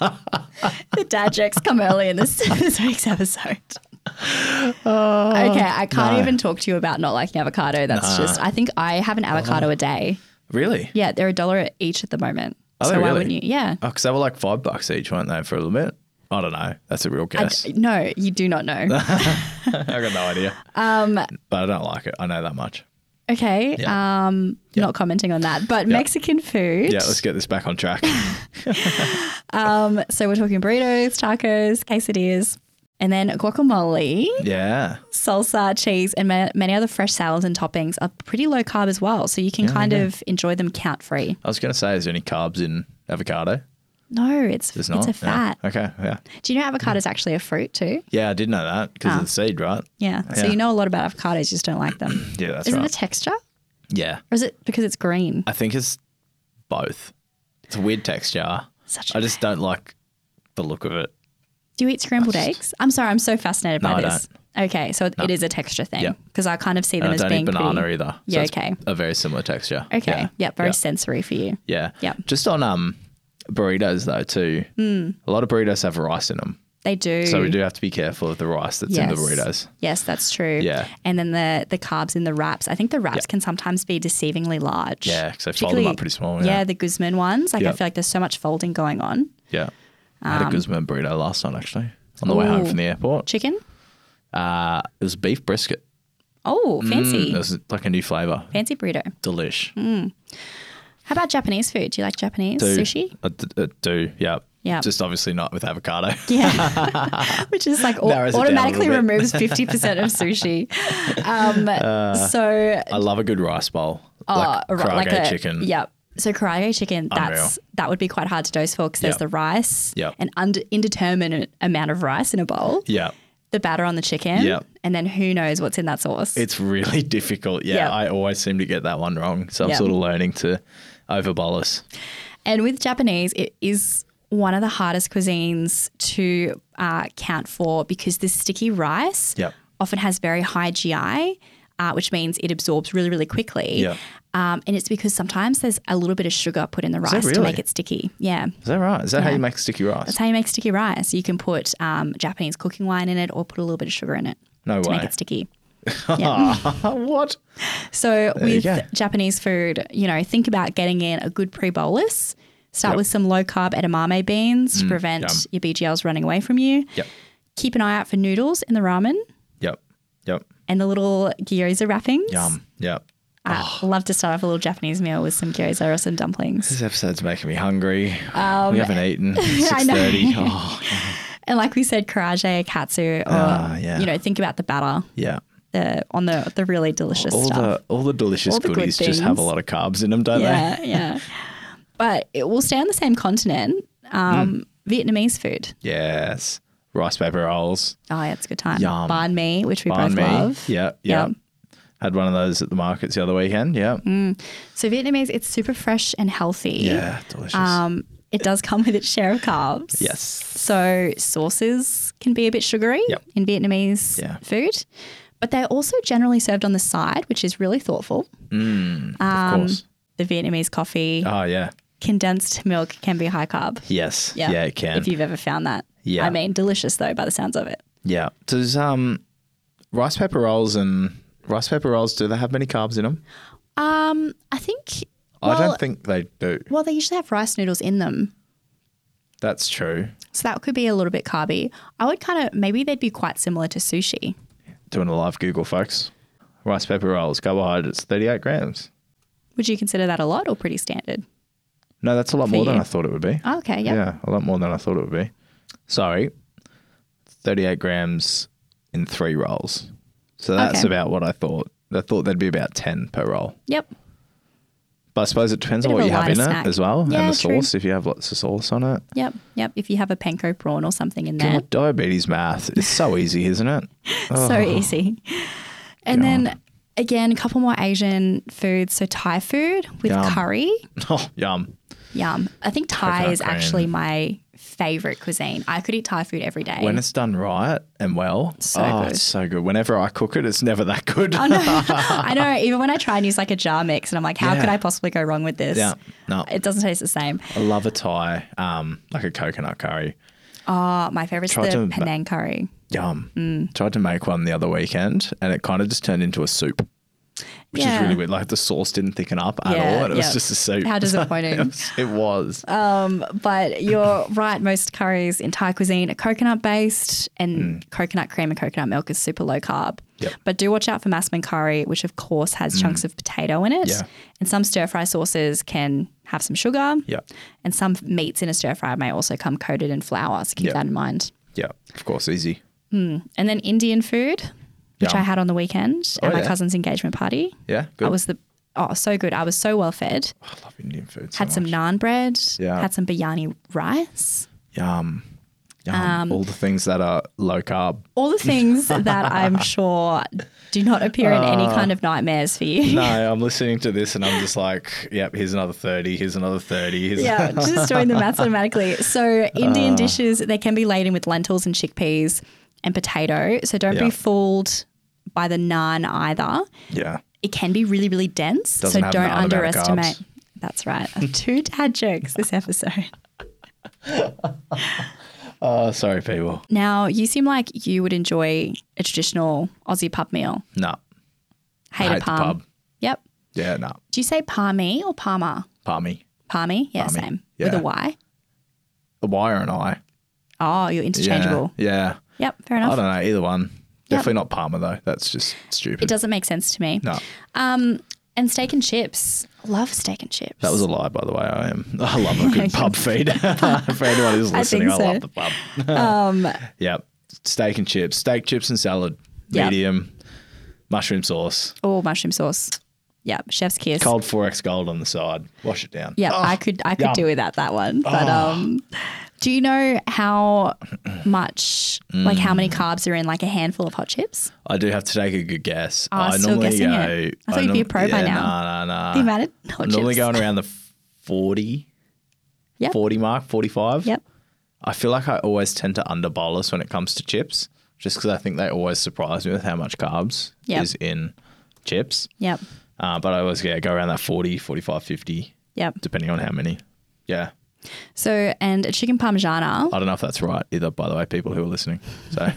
Speaker 3: The dad jokes come early in this, [LAUGHS] this week's
Speaker 2: [LAUGHS]
Speaker 3: episode. okay, I can't
Speaker 2: Oh,
Speaker 3: even talk to you about not liking avocado. That's just I think I have an avocado
Speaker 2: Oh.
Speaker 3: a day.
Speaker 2: Really?
Speaker 3: Yeah, they're a dollar each at the moment.
Speaker 2: Are
Speaker 3: so
Speaker 2: they
Speaker 3: why
Speaker 2: really?
Speaker 3: wouldn't you? Yeah.
Speaker 2: Oh, because they were like five bucks each, weren't they, for a little bit? I don't know. That's a real guess. [LAUGHS] I,
Speaker 3: No, you do not
Speaker 2: [LAUGHS]
Speaker 3: know.
Speaker 2: got no idea. Um, but I don't like it. I know that much.
Speaker 3: Okay. Um, Not commenting on that, but Mexican food.
Speaker 2: Yeah, let's get this back on track. [LAUGHS]
Speaker 3: Um, so we're talking burritos, tacos, quesadillas, and then guacamole,
Speaker 2: yeah.
Speaker 3: salsa, cheese, and ma- many other fresh salads and toppings are pretty low carb as well. So you can kind of enjoy them count free.
Speaker 2: I was going to say, is there any carbs in avocado?
Speaker 3: No, it's
Speaker 2: There's
Speaker 3: it's,
Speaker 2: not.
Speaker 3: a fat.
Speaker 2: Yeah. Okay. Yeah.
Speaker 3: Do you know avocado is actually a fruit too?
Speaker 2: Yeah, I did know that because of the
Speaker 3: Ah.
Speaker 2: seed, right?
Speaker 3: Yeah. So
Speaker 2: Yeah.
Speaker 3: you know a lot about avocados, you just don't like them.
Speaker 2: Yeah, that's
Speaker 3: is it
Speaker 2: right.
Speaker 3: the texture, or
Speaker 2: yeah.
Speaker 3: is it because it's green?
Speaker 2: I think it's both. It's a weird texture.
Speaker 3: Such
Speaker 2: I just don't like the look of it.
Speaker 3: Do you eat scrambled eggs? I'm sorry, I'm so fascinated
Speaker 2: No,
Speaker 3: by
Speaker 2: I
Speaker 3: this. Okay, so it- it is a texture thing
Speaker 2: Yeah.
Speaker 3: because I kind of see them
Speaker 2: And I
Speaker 3: as
Speaker 2: don't
Speaker 3: being
Speaker 2: eat banana
Speaker 3: pretty-
Speaker 2: either. So
Speaker 3: Yeah,
Speaker 2: it's
Speaker 3: okay.
Speaker 2: A very similar texture.
Speaker 3: Okay,
Speaker 2: Yeah.
Speaker 3: yeah, very sensory for you.
Speaker 2: Yeah.
Speaker 3: Yeah.
Speaker 2: Just on um burritos though too.
Speaker 3: Hmm.
Speaker 2: A lot of burritos have rice in them,
Speaker 3: They do.
Speaker 2: so we do have to be careful of the rice that's in the burritos.
Speaker 3: Yes, that's true.
Speaker 2: Yeah.
Speaker 3: And then the the carbs in the wraps. I think the wraps can sometimes be deceivingly large.
Speaker 2: Yeah, 'cause they fold them
Speaker 3: Particularly-
Speaker 2: up pretty small,
Speaker 3: Yeah,
Speaker 2: yeah.
Speaker 3: the Guzman ones. Like I
Speaker 2: Yep.
Speaker 3: feel like there's so much folding going on.
Speaker 2: Yeah. I had a Guzman burrito last night actually on the way home
Speaker 3: Um, Ooh.
Speaker 2: from the airport.
Speaker 3: Chicken.
Speaker 2: Uh, it was beef brisket.
Speaker 3: Oh, fancy.
Speaker 2: It was like a new flavour.
Speaker 3: Fancy burrito.
Speaker 2: Delish.
Speaker 3: How about Japanese food? Do you like Japanese
Speaker 2: Do.
Speaker 3: sushi?
Speaker 2: I d- I do. Yeah.
Speaker 3: Yeah.
Speaker 2: Just obviously not with avocado.
Speaker 3: [LAUGHS] Yeah, which is like au-
Speaker 2: Narrows it down a little
Speaker 3: automatically
Speaker 2: bit. [LAUGHS]
Speaker 3: removes fifty percent of sushi. Um, so
Speaker 2: I love a good rice bowl.
Speaker 3: uh,
Speaker 2: Uh, like
Speaker 3: ri-
Speaker 2: karaage
Speaker 3: like a-
Speaker 2: chicken.
Speaker 3: Yep. So karage chicken, that's that would be quite hard to dose for because there's
Speaker 2: Yep.
Speaker 3: the rice,
Speaker 2: Yep.
Speaker 3: an und- indeterminate amount of rice in a bowl,
Speaker 2: Yeah.
Speaker 3: the batter on the chicken.
Speaker 2: Yep.
Speaker 3: And then who knows what's in that sauce.
Speaker 2: It's really [LAUGHS] difficult. Yeah,
Speaker 3: Yeah.
Speaker 2: I always seem to get that one wrong. So I'm
Speaker 3: Yeah.
Speaker 2: sort of learning to overbolus.
Speaker 3: and with Japanese, it is one of the hardest cuisines to uh, count for because the sticky rice
Speaker 2: Yep.
Speaker 3: often has very high GI, uh, which means it absorbs really, really quickly.
Speaker 2: Yeah.
Speaker 3: Um, and it's because sometimes there's a little bit of sugar put in the rice to
Speaker 2: really?
Speaker 3: make it sticky. Yeah.
Speaker 2: Is that right? Is that how you make sticky rice?
Speaker 3: That's how you make sticky rice. You can put um, Japanese cooking wine in it or put a little bit of sugar in it
Speaker 2: No
Speaker 3: to
Speaker 2: way.
Speaker 3: make it
Speaker 2: [LAUGHS]
Speaker 3: sticky.
Speaker 2: what?
Speaker 3: So with
Speaker 2: go.
Speaker 3: Japanese food, you know, think about getting in a good pre-bolus. Start
Speaker 2: Yep. Mm,
Speaker 3: with some low carb edamame beans to prevent
Speaker 2: yum.
Speaker 3: your BGLs running away from you.
Speaker 2: Yep.
Speaker 3: Keep an eye out for noodles in the ramen
Speaker 2: Yep. Yep.
Speaker 3: and the little gyoza wrappings.
Speaker 2: Yum. Yep.
Speaker 3: Uh,
Speaker 2: Oh.
Speaker 3: Love to start off a little Japanese meal with some gyoza or some dumplings.
Speaker 2: This episode's making me hungry. we haven't eaten.
Speaker 3: [LAUGHS]
Speaker 2: Six
Speaker 3: Um, know.
Speaker 2: thirty. Oh,
Speaker 3: And like we said, karaage, katsu, or
Speaker 2: Ah, yeah.
Speaker 3: you know, think about the batter
Speaker 2: yeah.
Speaker 3: the on the the really delicious
Speaker 2: All
Speaker 3: stuff.
Speaker 2: the all the delicious
Speaker 3: All the good
Speaker 2: goodies just have a
Speaker 3: things.
Speaker 2: lot of carbs in them, don't
Speaker 3: yeah, yeah. But it will stay on the same continent.
Speaker 2: Mm.
Speaker 3: Um, Vietnamese food.
Speaker 2: they? Yes. Rice paper rolls.
Speaker 3: Oh, yeah, it's a good time.
Speaker 2: Yum.
Speaker 3: Banh mi, which we both
Speaker 2: Banh mi.
Speaker 3: love.
Speaker 2: Yeah. Yeah.
Speaker 3: Yep. Mm-hmm.
Speaker 2: Had one of those at the markets the other weekend. Yeah.
Speaker 3: So Vietnamese, it's super fresh and healthy.
Speaker 2: Yeah. Delicious.
Speaker 3: Um, it does come with its share of carbs.
Speaker 2: yes.
Speaker 3: So sauces can be a bit sugary
Speaker 2: Yep.
Speaker 3: in Vietnamese
Speaker 2: Yeah.
Speaker 3: food, but they're also generally served on the side, which is really thoughtful.
Speaker 2: of course.
Speaker 3: The Vietnamese coffee,
Speaker 2: Oh yeah.
Speaker 3: condensed milk can be high carb.
Speaker 2: Yes. Yeah. it can.
Speaker 3: If you've ever found that.
Speaker 2: Yeah.
Speaker 3: I mean, delicious though, by the sounds of it.
Speaker 2: yeah. Does um, rice paper rolls and rice paper rolls do they have many carbs in them?
Speaker 3: Um, I think.
Speaker 2: I
Speaker 3: well-
Speaker 2: don't think they do.
Speaker 3: Well, they usually have rice noodles in them.
Speaker 2: That's true.
Speaker 3: So that could be a little bit carby. I would kind of maybe they'd be quite similar to sushi.
Speaker 2: Doing a live Google, folks. Rice paper rolls, carbohydrates, 38 grams.
Speaker 3: Would you consider that a lot or pretty standard?
Speaker 2: No, that's a lot more than
Speaker 3: you.
Speaker 2: I thought it would be.
Speaker 3: Oh, okay, yeah.
Speaker 2: Yeah, a lot more than I thought it would be. Sorry, 38 grams in three rolls. So that's
Speaker 3: Okay.
Speaker 2: about what I thought. I thought there'd be about 10 per roll.
Speaker 3: Yep.
Speaker 2: But I suppose it depends
Speaker 3: Bit
Speaker 2: on
Speaker 3: of
Speaker 2: what
Speaker 3: a
Speaker 2: you have in
Speaker 3: lighter
Speaker 2: it
Speaker 3: snack.
Speaker 2: as well
Speaker 3: Yeah,
Speaker 2: and the
Speaker 3: true.
Speaker 2: sauce, if you have lots of sauce on it.
Speaker 3: Yep. Yep. If you have a panko prawn or something in there,
Speaker 2: God, diabetes math
Speaker 3: [LAUGHS]
Speaker 2: is so easy, isn't it? [LAUGHS]
Speaker 3: so
Speaker 2: Oh.
Speaker 3: easy. And then again, a couple more Asian foods. So Thai food with
Speaker 2: Yum.
Speaker 3: curry.
Speaker 2: Oh, yum.
Speaker 3: Yum. I think Thai
Speaker 2: Coconut
Speaker 3: is
Speaker 2: cream.
Speaker 3: actually my favorite cuisine. I could eat Thai food every day. [LAUGHS]
Speaker 2: When it's done right and well,
Speaker 3: So
Speaker 2: oh,
Speaker 3: good.
Speaker 2: it's so good. Whenever I cook it, it's never that good.
Speaker 3: I know. Even when I try and use like a jar mix, and I'm like, how
Speaker 2: Yeah.
Speaker 3: could I possibly go wrong with this?
Speaker 2: yeah, no.
Speaker 3: It doesn't taste the same.
Speaker 2: [LAUGHS] I love a Thai, um, like a coconut curry.
Speaker 3: Oh, my favorite is
Speaker 2: Tried to
Speaker 3: the
Speaker 2: ma-
Speaker 3: Penang curry.
Speaker 2: Yum.
Speaker 3: Mm.
Speaker 2: Tried to make one the other weekend and it kind of just turned into a soup, which is
Speaker 3: Yeah.
Speaker 2: really weird. Like the sauce didn't thicken up at
Speaker 3: Yeah,
Speaker 2: all and it
Speaker 3: yeah.
Speaker 2: was just a soup. [LAUGHS]
Speaker 3: How Uh,
Speaker 2: it
Speaker 3: disappointing.
Speaker 2: was. It was.
Speaker 3: but you're right. Most curries in Thai cuisine are coconut based, and coconut cream and coconut milk is super low carb.
Speaker 2: Hmm. Yep. Hmm.
Speaker 3: But do watch out for masman curry, which of course has chunks of potato in it.
Speaker 2: Yeah.
Speaker 3: And some stir fry sauces can have some sugar.
Speaker 2: Yeah.
Speaker 3: And some meats in a stir fry may also come coated in flour. So keep
Speaker 2: Yep.
Speaker 3: that in mind.
Speaker 2: yeah, of course, easy.
Speaker 3: And then Indian food, which
Speaker 2: Yum.
Speaker 3: I had on the weekend
Speaker 2: Oh,
Speaker 3: at my
Speaker 2: yeah.
Speaker 3: cousin's engagement party.
Speaker 2: Yeah, good. Oh,
Speaker 3: I was the oh so good. I was so well fed.
Speaker 2: I love Indian food. So
Speaker 3: Had some
Speaker 2: much.
Speaker 3: naan bread.
Speaker 2: Yeah.
Speaker 3: Had some biryani rice.
Speaker 2: Yum. Yum.
Speaker 3: Um,
Speaker 2: all the things that are
Speaker 3: [LAUGHS]
Speaker 2: low carb.
Speaker 3: all the things that
Speaker 2: [LAUGHS]
Speaker 3: I'm sure do not appear in any kind of nightmares for you.
Speaker 2: Oh. No, I'm listening to this and I'm just like, yep, here's another 30, here's another 30.
Speaker 3: [LAUGHS]
Speaker 2: Here's
Speaker 3: Yeah, just doing the maths automatically. So Indian
Speaker 2: Uh.
Speaker 3: dishes, they can be laden with lentils and chickpeas and potato. So don't
Speaker 2: Yeah.
Speaker 3: be fooled by the naan either.
Speaker 2: [LAUGHS] yeah.
Speaker 3: It can be really, really dense.
Speaker 2: Doesn't
Speaker 3: so
Speaker 2: have
Speaker 3: don't
Speaker 2: naan amount of
Speaker 3: underestimate.
Speaker 2: carbs.
Speaker 3: That's right. [LAUGHS] Two dad jokes this episode.
Speaker 2: Oh, sorry, people.
Speaker 3: Now, you seem like you would enjoy a traditional Aussie pub meal.
Speaker 2: No.
Speaker 3: Hate,
Speaker 2: hate
Speaker 3: a
Speaker 2: the
Speaker 3: palm.
Speaker 2: pub.
Speaker 3: Yep.
Speaker 2: Yeah, no.
Speaker 3: Do you say palmy or palmer?
Speaker 2: Palmy.
Speaker 3: Palmy? Yeah,
Speaker 2: Palmy.
Speaker 3: same. With
Speaker 2: Yeah.
Speaker 3: a Y.
Speaker 2: Why aren't I?
Speaker 3: Oh, you're interchangeable.
Speaker 2: Yeah. yeah.
Speaker 3: Yep, fair
Speaker 2: I
Speaker 3: enough.
Speaker 2: don't know, either one. Definitely not Palmer, though. That's just stupid.
Speaker 3: It doesn't make sense to me. Um,
Speaker 2: no,
Speaker 3: And steak and chips. Love steak and chips.
Speaker 2: that was a lie, by the way. I am. [LAUGHS] I
Speaker 3: [LAUGHS]
Speaker 2: love a good pub feed. [LAUGHS] For anyone who's listening, I,
Speaker 3: think
Speaker 2: love
Speaker 3: so. Um,
Speaker 2: the pub. [LAUGHS] yep. Steak and chips. Steak, chips, and salad.
Speaker 3: Yep.
Speaker 2: Medium. Mushroom sauce.
Speaker 3: oh, mushroom sauce. Yep, chef's kiss.
Speaker 2: Cold 4X gold on the side. Wash it down. Oh.
Speaker 3: Yep, I could I could
Speaker 2: yum.
Speaker 3: do without that one. But um Do you know how much, like how
Speaker 2: Mm.
Speaker 3: many carbs are in like a handful of hot chips?
Speaker 2: I do have to take a good guess.
Speaker 3: Oh, I'm still guessing it. I thought you'd be a pro by
Speaker 2: yeah,
Speaker 3: now.
Speaker 2: Nah, nah, nah.
Speaker 3: The amount of
Speaker 2: I'm
Speaker 3: hot
Speaker 2: Uh, normally
Speaker 3: chips.
Speaker 2: going around the 40,
Speaker 3: Yep.
Speaker 2: 40 mark, 45.
Speaker 3: Yep.
Speaker 2: I feel like I always tend to under bolus when it comes to chips, just because I think they always surprise me with how much carbs
Speaker 3: Yep.
Speaker 2: is in chips.
Speaker 3: Yep.
Speaker 2: Uh, but I always yeah, go around that 40, 45, 50,
Speaker 3: Yep.
Speaker 2: depending on how many. Yeah.
Speaker 3: So, and a chicken parmigiana.
Speaker 2: I don't know if that's right either, by the way, people who are listening. So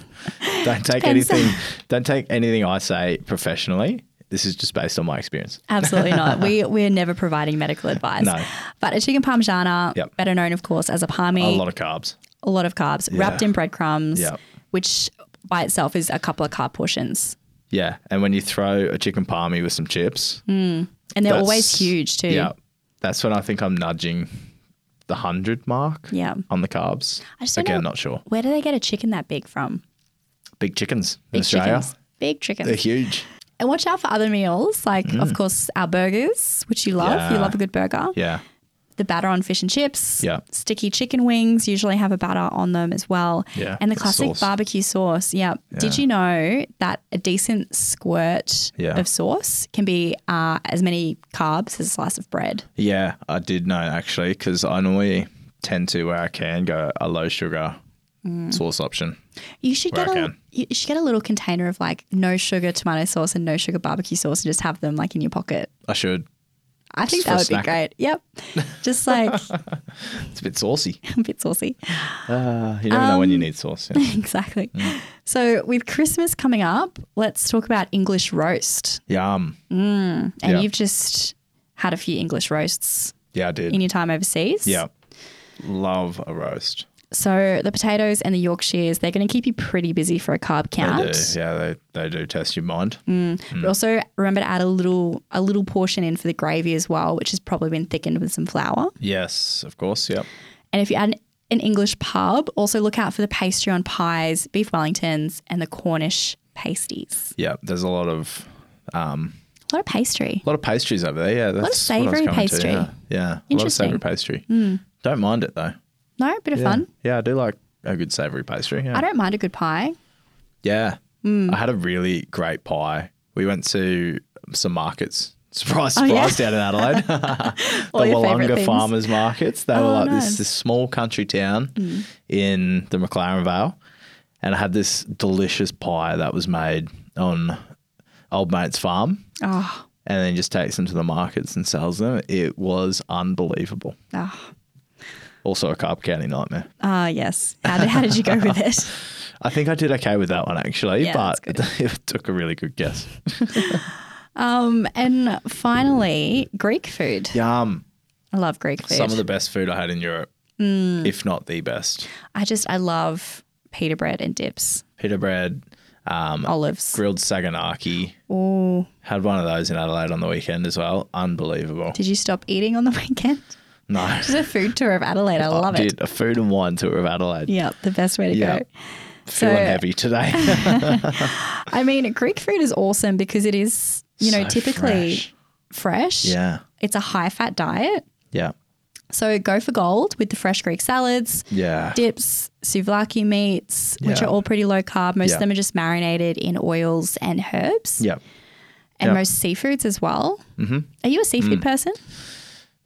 Speaker 2: don't take
Speaker 3: Depends.
Speaker 2: anything don't take anything I say professionally. This is just based on my experience.
Speaker 3: Absolutely not.
Speaker 2: [LAUGHS]
Speaker 3: We we're never providing medical advice.
Speaker 2: No.
Speaker 3: But a chicken parmigiana,
Speaker 2: Yep.
Speaker 3: better known of course as a
Speaker 2: A
Speaker 3: parmi,
Speaker 2: lot of carbs.
Speaker 3: a lot of carbs wrapped in breadcrumbs,
Speaker 2: Yep.
Speaker 3: which by itself is a couple of carb portions.
Speaker 2: Yeah. And when you throw a chicken palmy with some chips,
Speaker 3: And they're
Speaker 2: that's-
Speaker 3: always huge too.
Speaker 2: Yeah. That's when I think I'm nudging the hundred mark
Speaker 3: Yeah.
Speaker 2: on the carbs.
Speaker 3: I just don't
Speaker 2: Again,
Speaker 3: know-
Speaker 2: not sure.
Speaker 3: Where do they get a chicken that big from?
Speaker 2: Big chickens in
Speaker 3: Big
Speaker 2: Australia.
Speaker 3: chickens. Big chickens.
Speaker 2: They're huge.
Speaker 3: And watch out for other meals, like of course our burgers, which you love. You
Speaker 2: Yeah.
Speaker 3: love a good burger.
Speaker 2: Yeah.
Speaker 3: The batter on fish and chips.
Speaker 2: Yeah.
Speaker 3: Sticky chicken wings usually have a batter on them as well.
Speaker 2: Yeah,
Speaker 3: And the
Speaker 2: the
Speaker 3: classic
Speaker 2: sauce.
Speaker 3: barbecue sauce. Yeah. Did you know that a decent squirt
Speaker 2: Yeah.
Speaker 3: of sauce can be uh, as many carbs as a slice of bread?
Speaker 2: Yeah, I did know actually because I normally tend to where I can go a low sugar
Speaker 3: Mm.
Speaker 2: sauce option.
Speaker 3: You should
Speaker 2: Where
Speaker 3: get
Speaker 2: I
Speaker 3: a
Speaker 2: can.
Speaker 3: you should get a little container of like no sugar tomato sauce and no sugar barbecue sauce and just have them like in your pocket.
Speaker 2: I should.
Speaker 3: I think that
Speaker 2: Just for
Speaker 3: would
Speaker 2: snack.
Speaker 3: be great.
Speaker 2: [LAUGHS]
Speaker 3: Yep. Just like [LAUGHS]
Speaker 2: It's a bit saucy.
Speaker 3: [SIGHS] a bit saucy. [LAUGHS]
Speaker 2: Uh, you never know when you
Speaker 3: Um,
Speaker 2: need sauce. Yeah.
Speaker 3: exactly.
Speaker 2: Mm.
Speaker 3: So with Christmas coming up, let's talk about English roast.
Speaker 2: Yum.
Speaker 3: And
Speaker 2: Yeah.
Speaker 3: you've just had a few English roasts
Speaker 2: Yeah, I
Speaker 3: in
Speaker 2: did.
Speaker 3: your time overseas.
Speaker 2: Yeah. Love a roast.
Speaker 3: So the potatoes and the Yorkshires, they're going to keep you pretty busy for a carb count.
Speaker 2: They do. Mm. Yeah, they, they do test your mind.
Speaker 3: Mm. But also remember to add a little a little portion in for the gravy as well, which has probably been thickened with some flour.
Speaker 2: Yes, of course. Yep.
Speaker 3: And if you add an, an English pub, also look out for the pastry on pies, beef Wellingtons, and the Cornish pasties.
Speaker 2: Yeah, there's a lot of
Speaker 3: A lot of pastry.
Speaker 2: a lot of pastries over there. Yeah, that's what I was
Speaker 3: savoury
Speaker 2: coming
Speaker 3: pastry.
Speaker 2: To, yeah, yeah a lot of
Speaker 3: Interesting. Mm.
Speaker 2: savory pastry. Don't mind it though.
Speaker 3: No, bit of
Speaker 2: Yeah.
Speaker 3: fun.
Speaker 2: Yeah, I do like a good savory pastry. Yeah.
Speaker 3: I Hmm. don't mind a good pie.
Speaker 2: Yeah. I had a really great pie. We went to some markets. [LAUGHS] Surprise,
Speaker 3: Oh, yeah.
Speaker 2: surprise, down in Adelaide. the
Speaker 3: [LAUGHS] All your favourite
Speaker 2: Wollonga
Speaker 3: things.
Speaker 2: Farmers Markets. They were
Speaker 3: Oh,
Speaker 2: like
Speaker 3: nice. Hmm.
Speaker 2: this, this small country town in the McLaren Vale. And I had this delicious pie that was made on Old Mate's farm
Speaker 3: Oh,
Speaker 2: and then just takes them to the markets and sells them. It was unbelievable.
Speaker 3: oh,
Speaker 2: Also a carb county nightmare.
Speaker 3: Ah, yes. How did, how did you go with
Speaker 2: [LAUGHS]
Speaker 3: it?
Speaker 2: I think I did okay with that one actually,
Speaker 3: Yeah,
Speaker 2: but
Speaker 3: that's
Speaker 2: [LAUGHS] it took a really good guess.
Speaker 3: Um, and finally, Greek food.
Speaker 2: Yum.
Speaker 3: I love Greek food.
Speaker 2: Some of the best food I had in Europe,
Speaker 3: Mm.
Speaker 2: if not the best.
Speaker 3: I just, I love pita bread and dips,
Speaker 2: Pita bread, Um,
Speaker 3: olives.
Speaker 2: grilled saganaki.
Speaker 3: Oh,
Speaker 2: Had one of those in Adelaide on the weekend as well. Unbelievable.
Speaker 3: did you stop eating on the [LAUGHS] weekend?
Speaker 2: No.
Speaker 3: Just a food tour of Adelaide. I love it.
Speaker 2: Dude, a food and wine tour of Adelaide.
Speaker 3: Yeah, the best way to
Speaker 2: Yeah.
Speaker 3: go.
Speaker 2: Feeling
Speaker 3: So- [LAUGHS]
Speaker 2: heavy today. [LAUGHS]
Speaker 3: I mean, Greek food is awesome because it is, you know,
Speaker 2: So
Speaker 3: typically fresh.
Speaker 2: fresh. yeah.
Speaker 3: It's a high fat diet.
Speaker 2: Yeah.
Speaker 3: So go for gold with the fresh Greek salads,
Speaker 2: Yeah.
Speaker 3: dips, souvlaki meats, which
Speaker 2: Yeah.
Speaker 3: are all pretty low carb. Most
Speaker 2: Yeah.
Speaker 3: of them are just marinated in oils and herbs,
Speaker 2: Yeah.
Speaker 3: and
Speaker 2: yeah.
Speaker 3: most seafoods as well. Mm-hmm. Are you a seafood
Speaker 2: Mm.
Speaker 3: person?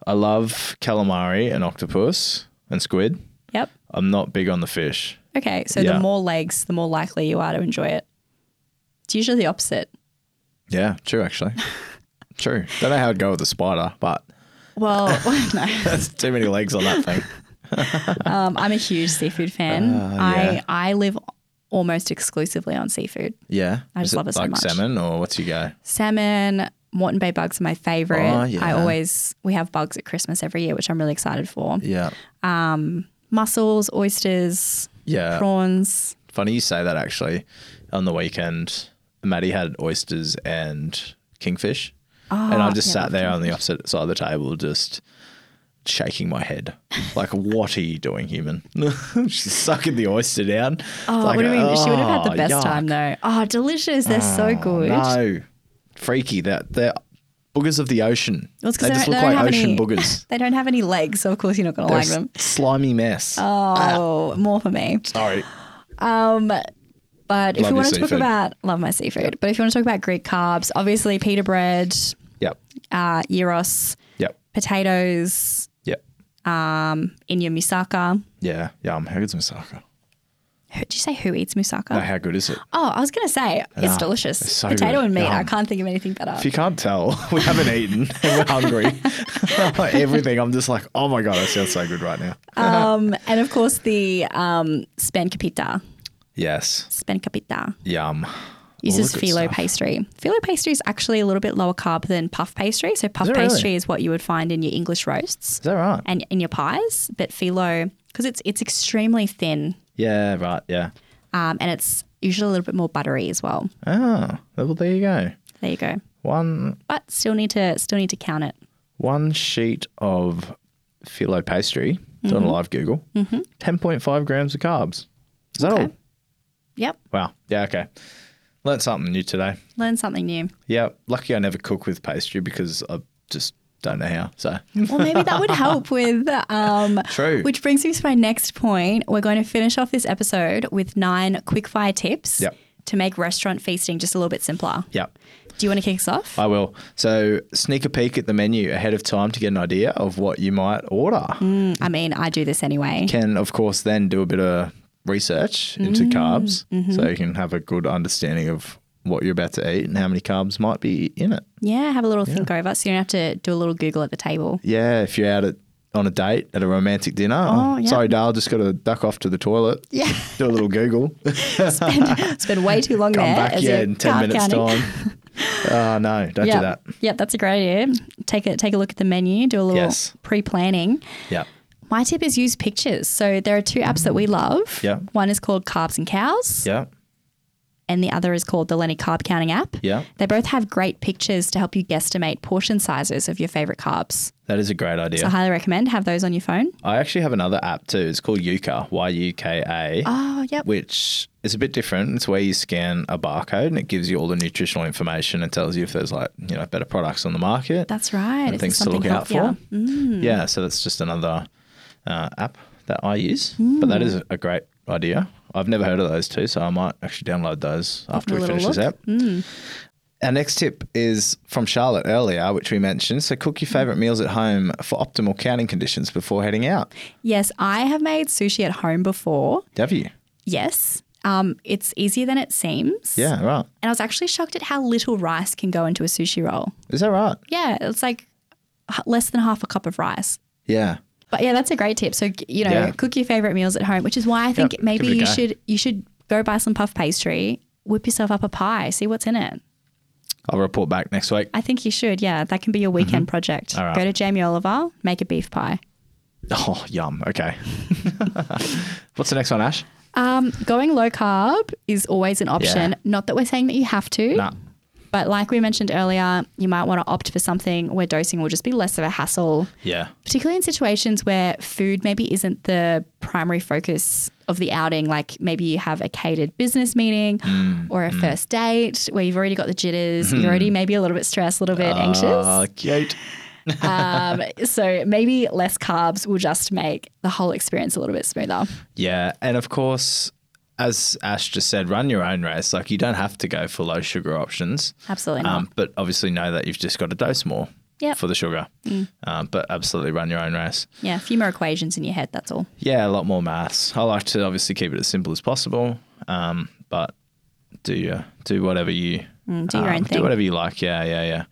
Speaker 2: I love calamari and octopus and squid.
Speaker 3: Yep.
Speaker 2: I'm not big on the fish.
Speaker 3: Okay. So the
Speaker 2: Yeah.
Speaker 3: more legs, the more likely you are to enjoy it. It's usually the opposite.
Speaker 2: Yeah, true
Speaker 3: [LAUGHS]
Speaker 2: actually. true. Don't know how I'd go with the spider, but [LAUGHS]
Speaker 3: [LAUGHS] Well, no.
Speaker 2: that's too many legs on that thing.
Speaker 3: Um, I'm a huge seafood fan.
Speaker 2: Uh, yeah.
Speaker 3: I I live almost exclusively on seafood.
Speaker 2: Yeah.
Speaker 3: I just love it so
Speaker 2: like
Speaker 3: much.
Speaker 2: salmon or what's your go?
Speaker 3: Salmon, Moreton Bay bugs are my favorite.
Speaker 2: Oh, yeah.
Speaker 3: I always we have bugs at Christmas every year, which I'm really excited for.
Speaker 2: Yeah.
Speaker 3: Mussels, oysters,
Speaker 2: Yeah.
Speaker 3: prawns.
Speaker 2: Funny you say that actually. On the weekend, Maddie had oysters and kingfish. and I just
Speaker 3: Ah, yeah,
Speaker 2: sat there on the opposite side of the table, just shaking my head. Like, what are you doing, human? [LAUGHS] She's sucking the oyster down.
Speaker 3: Oh,
Speaker 2: Like,
Speaker 3: what do you mean? she would have had
Speaker 2: "Oh,
Speaker 3: the best
Speaker 2: yuck." Oh,
Speaker 3: time though. Oh, delicious! They're so good.
Speaker 2: No. Freaky. That they're boogers of the ocean.
Speaker 3: Well, it's 'cause
Speaker 2: they
Speaker 3: they
Speaker 2: just
Speaker 3: don't-
Speaker 2: look
Speaker 3: they don't
Speaker 2: like
Speaker 3: have
Speaker 2: ocean
Speaker 3: any-
Speaker 2: boogers.
Speaker 3: They don't have any legs, so of course you're not going to
Speaker 2: They're
Speaker 3: [LAUGHS]
Speaker 2: a
Speaker 3: like
Speaker 2: s-
Speaker 3: them.
Speaker 2: Slimy mess. Ah.
Speaker 3: Oh, more for me.
Speaker 2: Sorry.
Speaker 3: Um, but if you
Speaker 2: Love your
Speaker 3: want to talk
Speaker 2: seafood.
Speaker 3: about love my seafood, but if you want to talk about Greek carbs, obviously pita bread,
Speaker 2: Yep.
Speaker 3: uh, gyros,
Speaker 2: Yep.
Speaker 3: potatoes
Speaker 2: Yep.
Speaker 3: in your moussaka.
Speaker 2: Yeah. Yeah. I'm Haggard's Moussaka.
Speaker 3: Who- Did you say who eats moussaka?
Speaker 2: Oh, how good is it?
Speaker 3: Oh, I was going to say it's
Speaker 2: Ah,
Speaker 3: delicious.
Speaker 2: it's so
Speaker 3: Potato
Speaker 2: good.
Speaker 3: and meat. I
Speaker 2: Yum.
Speaker 3: can't think of anything better.
Speaker 2: If you can't tell, we haven't eaten and we're hungry. [LAUGHS] Everything. I'm just like, oh my God, that sounds so good right now.
Speaker 3: um, and of course the um, spencapita.
Speaker 2: Yes.
Speaker 3: Spencapita
Speaker 2: Yum.
Speaker 3: uses
Speaker 2: look at
Speaker 3: phyllo
Speaker 2: stuff.
Speaker 3: pastry. Phyllo pastry is actually a little bit lower carb than puff pastry. So puff
Speaker 2: it really?
Speaker 3: pastry is what you would find in your English roasts
Speaker 2: Is that right?
Speaker 3: and in your pies, but phyllo because it's it's extremely thin
Speaker 2: Yeah, right. Yeah.
Speaker 3: um, and it's usually a little bit more buttery as well.
Speaker 2: Oh, well, there you go.
Speaker 3: There you go.
Speaker 2: One
Speaker 3: But still need to still need to count it.
Speaker 2: one sheet of phyllo pastry. It's on live Google. Mm-hmm. 10.5 grams of carbs. Is that all?
Speaker 3: Yep,
Speaker 2: Wow. Yeah, okay. Learned something new today.
Speaker 3: learn something new.
Speaker 2: Yeah, lucky I never cook with pastry because I just don't know how. So,
Speaker 3: Well, maybe that would
Speaker 2: [LAUGHS]
Speaker 3: help with. Um,
Speaker 2: True.
Speaker 3: Which brings me to my next point. We're going to finish off this episode with nine quickfire tips
Speaker 2: Yep.
Speaker 3: to make restaurant feasting just a little bit simpler.
Speaker 2: yeah,
Speaker 3: Do you want to kick us off?
Speaker 2: I will. So, sneak a peek at the menu ahead of time to get an idea of what you might order.
Speaker 3: Mm, I mean, I do this anyway.
Speaker 2: Can, of course, then do a bit of research into
Speaker 3: Mm,
Speaker 2: carbs
Speaker 3: mm-hmm.
Speaker 2: so you can have a good understanding of what you're about to eat and how many carbs might be in it.
Speaker 3: Yeah, have a little think over so you don't have to do a little Google at the
Speaker 2: [LAUGHS]
Speaker 3: table.
Speaker 2: Yeah, if you're out at on a date at a romantic dinner.
Speaker 3: Oh, yeah.
Speaker 2: Sorry, Dale, just got to duck off to the toilet.
Speaker 3: Yeah.
Speaker 2: [LAUGHS] Do a
Speaker 3: [LAUGHS]
Speaker 2: little Google.
Speaker 3: Spend, spend way too long
Speaker 2: Come
Speaker 3: there.
Speaker 2: back,
Speaker 3: as
Speaker 2: yeah,
Speaker 3: you're
Speaker 2: in 10
Speaker 3: card
Speaker 2: minutes'
Speaker 3: counting. [LAUGHS]
Speaker 2: time. Oh, no, don't do
Speaker 3: Yeah,
Speaker 2: that.
Speaker 3: yeah, that's a great idea. Take a take a look at the menu, do a little
Speaker 2: Yes.
Speaker 3: pre-planning.
Speaker 2: Yeah.
Speaker 3: My tip is use pictures. So there are two apps that we love.
Speaker 2: Mm. Yeah.
Speaker 3: One is called Carbs and Cows.
Speaker 2: Yeah.
Speaker 3: and the other is called the Lenny Carb Counting app.
Speaker 2: Yeah.
Speaker 3: They both have great pictures to help you guesstimate portion sizes of your favorite carbs.
Speaker 2: That is a great idea.
Speaker 3: So I highly recommend have those on your phone.
Speaker 2: I actually have another app too. It's called Yuka, Y U K A,
Speaker 3: Oh, yep.
Speaker 2: which is a bit different. It's where you scan a barcode and it gives you all the nutritional information and tells you if there's like, you know, better products on the market.
Speaker 3: That's right.
Speaker 2: and
Speaker 3: If
Speaker 2: things
Speaker 3: it's
Speaker 2: to look
Speaker 3: something
Speaker 2: out for.
Speaker 3: healthier.
Speaker 2: Yeah, so that's just another uh, app that I use,
Speaker 3: Mm.
Speaker 2: but that is a great idea. I've never heard of those two, so I might actually download those after
Speaker 3: a
Speaker 2: we
Speaker 3: little
Speaker 2: finish this
Speaker 3: look. Mm.
Speaker 2: app. Our next tip is from Charlotte earlier, which we mentioned. So, cook your favorite meals at home for optimal counting conditions before heading out.
Speaker 3: Yes, I have made sushi at home before.
Speaker 2: Have you?
Speaker 3: Yes. Um, it's easier than it seems.
Speaker 2: Yeah, right.
Speaker 3: And I was actually shocked at how little rice can go into a sushi roll.
Speaker 2: Is that right?
Speaker 3: Yeah, it's like h- less than half a cup of rice.
Speaker 2: Yeah.
Speaker 3: But yeah, that's a great tip. So you know,
Speaker 2: Yeah.
Speaker 3: cook your favorite meals at home, which is why I think
Speaker 2: Yep,
Speaker 3: maybe
Speaker 2: give it a
Speaker 3: you
Speaker 2: go.
Speaker 3: should you should go buy some puff pastry, whip yourself up a pie, see what's in it.
Speaker 2: I'll report back next week. [LAUGHS]
Speaker 3: I think you should. Yeah, that can be your weekend project.
Speaker 2: Mm-hmm. right.
Speaker 3: Go to Jamie Oliver, make a beef pie.
Speaker 2: Oh, yum. Okay. [LAUGHS] What's the next one, Ash?
Speaker 3: Um, going low carb is always an option.
Speaker 2: Yeah.
Speaker 3: Not that we're saying that you have to.
Speaker 2: Nah.
Speaker 3: But like we mentioned earlier, you might want to opt for something where dosing will just be less of a hassle,
Speaker 2: Yeah.
Speaker 3: particularly in situations where food maybe isn't the primary focus of the outing. Like maybe you have a catered business meeting
Speaker 2: Mm,
Speaker 3: or a first date where you've already got the jitters,
Speaker 2: Hmm.
Speaker 3: you're already maybe a little bit stressed, a little bit
Speaker 2: Uh,
Speaker 3: anxious.
Speaker 2: cute.
Speaker 3: Um, so maybe less carbs will just make the whole experience a little bit smoother.
Speaker 2: Yeah, and of course, as Ash just said, run your own race. Like you don't have to go for low sugar options,
Speaker 3: Absolutely not.
Speaker 2: um, but obviously know that you've just got to dose more
Speaker 3: Yep.
Speaker 2: for the sugar.
Speaker 3: Mm.
Speaker 2: Um, but absolutely run your own race.
Speaker 3: yeah, a few more equations in your head, that's all.
Speaker 2: Yeah, a lot more maths. I like to obviously keep it as simple as possible, um, but do your do whatever you
Speaker 3: Mm, do your
Speaker 2: um,
Speaker 3: own
Speaker 2: Do
Speaker 3: thing.
Speaker 2: whatever you like. Yeah, yeah, yeah.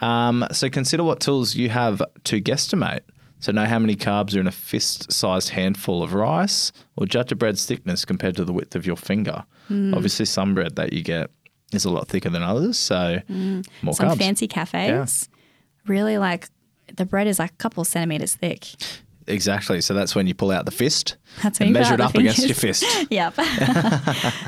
Speaker 2: Um, so consider what tools you have to guesstimate. So know how many carbs are in a fist-sized handful of rice, or judge a bread's thickness compared to the width of your finger.
Speaker 3: Hmm.
Speaker 2: Obviously, some bread that you get is a lot thicker than others, so more
Speaker 3: Hmm. Some
Speaker 2: carbs.
Speaker 3: fancy cafes really like the bread is like a couple centimeters thick. [LAUGHS]
Speaker 2: exactly. So that's when you pull out the fist
Speaker 3: That's when
Speaker 2: and
Speaker 3: you pull
Speaker 2: measure
Speaker 3: out
Speaker 2: it
Speaker 3: the
Speaker 2: up against your
Speaker 3: fingers.
Speaker 2: fist.
Speaker 3: [LAUGHS] Yep.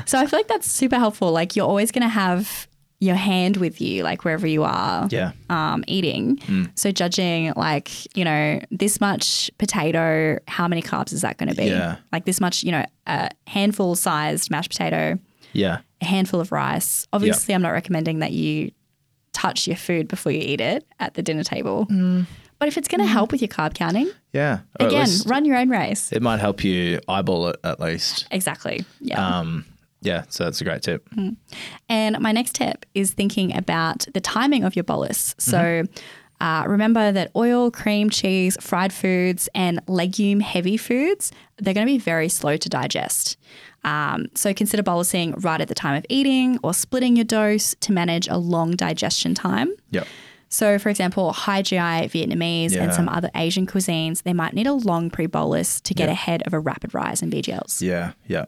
Speaker 3: so I feel like that's super helpful. Like you're always going to have your hand with you, like wherever you are
Speaker 2: Yeah. Mm.
Speaker 3: um, eating. So judging, like you know, this much potato, how many carbs is that going to be?
Speaker 2: Yeah.
Speaker 3: Like this much, you know, a handful sized mashed potato,
Speaker 2: Yeah.
Speaker 3: a handful of rice. Obviously, I'm not recommending that you touch your food before you eat it at the dinner table. But if it's going to help with your carb counting,
Speaker 2: Yeah. Or at
Speaker 3: again,
Speaker 2: least
Speaker 3: run your own race.
Speaker 2: it might help you eyeball it at least.
Speaker 3: Exactly. Yeah.
Speaker 2: Um, yeah. So that's a great tip.
Speaker 3: And my next tip is thinking about the timing of your bolus. So uh, remember that oil, cream, cheese, fried foods, and legume heavy foods, they're going to be very slow to digest. Um, so consider bolusing right at the time of eating or splitting your dose to manage a long digestion time.
Speaker 2: Yep.
Speaker 3: So, for example, high GI Vietnamese
Speaker 2: Yeah.
Speaker 3: and some other Asian cuisines, they might need a long pre bolus to get ahead of a rapid rise in VGLs.
Speaker 2: Yeah, yeah,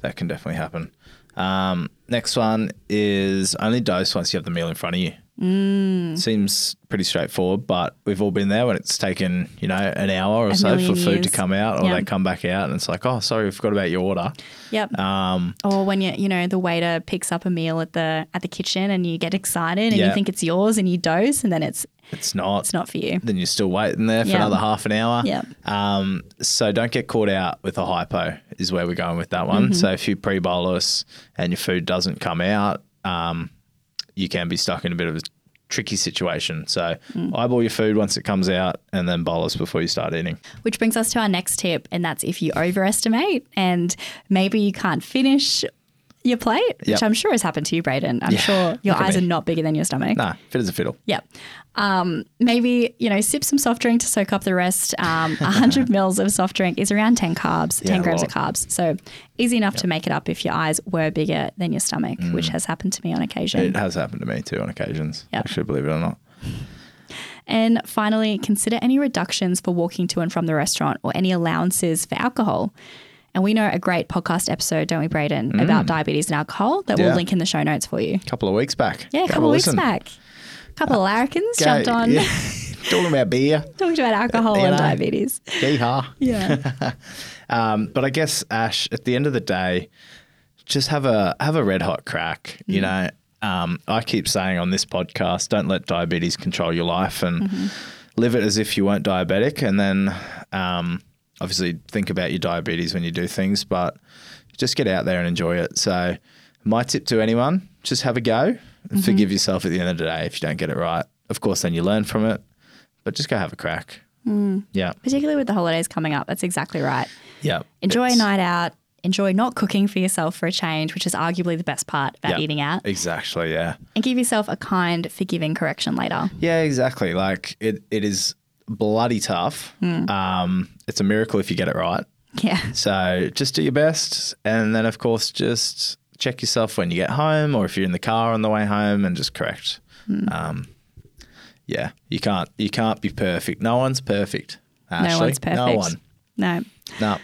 Speaker 2: that can definitely happen. Um, next one is only dose once you have the meal in front of you. Mm. Seems pretty straightforward, but we've all been there when it's taken you know an hour or so for
Speaker 3: million
Speaker 2: food to
Speaker 3: years.
Speaker 2: come out, or
Speaker 3: Yeah.
Speaker 2: they come back out and it's like, oh, sorry, we forgot about your order.
Speaker 3: Yep.
Speaker 2: Um,
Speaker 3: Or when you you know the waiter picks up a meal at the at the kitchen and you get excited and
Speaker 2: Yeah.
Speaker 3: you think it's yours and you dose and then it's
Speaker 2: it's not.
Speaker 3: it's not for you.
Speaker 2: Then you're still waiting there for
Speaker 3: Yeah.
Speaker 2: another half an hour.
Speaker 3: Yeah.
Speaker 2: Um, so don't get caught out with a hypo is where we're going with that one.
Speaker 3: Mm-hmm.
Speaker 2: So if you pre-bolus and your food doesn't come out, um, you can be stuck in a bit of a tricky situation. So
Speaker 3: Mm.
Speaker 2: eyeball your food once it comes out and then bolus before you start eating.
Speaker 3: Which brings us to our next tip and that's if you overestimate and maybe you can't finish your plate,
Speaker 2: Yep.
Speaker 3: which I'm sure has happened to you, Brayden. I'm sure your
Speaker 2: look at
Speaker 3: eyes are
Speaker 2: me.
Speaker 3: not bigger than your stomach.
Speaker 2: Nah, fit as a fiddle.
Speaker 3: Yeah. Um, maybe, you know, sip some soft drink to soak up the rest. Um,
Speaker 2: [LAUGHS]
Speaker 3: 100 mils of soft drink is around 10 carbs,
Speaker 2: Yeah,
Speaker 3: 10
Speaker 2: a
Speaker 3: grams
Speaker 2: lot.
Speaker 3: of carbs. So easy enough to make it up if your eyes were bigger than your stomach,
Speaker 2: Mm.
Speaker 3: which has happened to me on occasion.
Speaker 2: It has happened to me too on occasions.
Speaker 3: Yep.
Speaker 2: Actually, believe it or not.
Speaker 3: And finally, consider any reductions for walking to and from the restaurant or any allowances for alcohol. And we know a great podcast episode, don't we, Brayden, about diabetes and alcohol that
Speaker 2: Mm. Yeah.
Speaker 3: we'll link in the show notes for you.
Speaker 2: A couple of weeks back.
Speaker 3: Yeah, a
Speaker 2: Go
Speaker 3: couple of weeks
Speaker 2: listen.
Speaker 3: back. A couple of larrikins
Speaker 2: Go-
Speaker 3: jumped on, [LAUGHS]
Speaker 2: yeah. [LAUGHS] Talking about beer.
Speaker 3: talked
Speaker 2: [LAUGHS]
Speaker 3: about alcohol
Speaker 2: You
Speaker 3: and
Speaker 2: know.
Speaker 3: diabetes.
Speaker 2: Yeehaw.
Speaker 3: Yeah.
Speaker 2: Um, but I guess Ash, at the end of the day, just have a have a red hot crack. You know, um, I keep saying on this podcast, don't let diabetes control your life and live it as if you weren't diabetic. And then, um, obviously, think about your diabetes when you do things, but just get out there and enjoy it. So, my tip to anyone: just have a go and forgive yourself at the end of the day if you don't get it right. Of course, then you learn from it, but just go have a crack. Yeah,
Speaker 3: particularly with the holidays coming up. That's exactly right.
Speaker 2: yeah.
Speaker 3: Enjoy
Speaker 2: It's-
Speaker 3: a night out. Enjoy not cooking for yourself for a change, which is arguably the best part about
Speaker 2: Yeah.
Speaker 3: eating out.
Speaker 2: Exactly. Yeah.
Speaker 3: And give yourself a kind, forgiving correction later.
Speaker 2: Yeah, exactly. Like it, it is bloody tough.
Speaker 3: Hmm.
Speaker 2: Um, it's a miracle if you get it right.
Speaker 3: Yeah.
Speaker 2: So just do your best, and then of course just check yourself when you get home, or if you're in the car on the way home, and just correct.
Speaker 3: Hmm.
Speaker 2: Um, yeah, you can't you can't be perfect. No
Speaker 3: [LAUGHS]
Speaker 2: one's perfect. Ashley.
Speaker 3: no one's perfect.
Speaker 2: No one.
Speaker 3: No.
Speaker 2: No.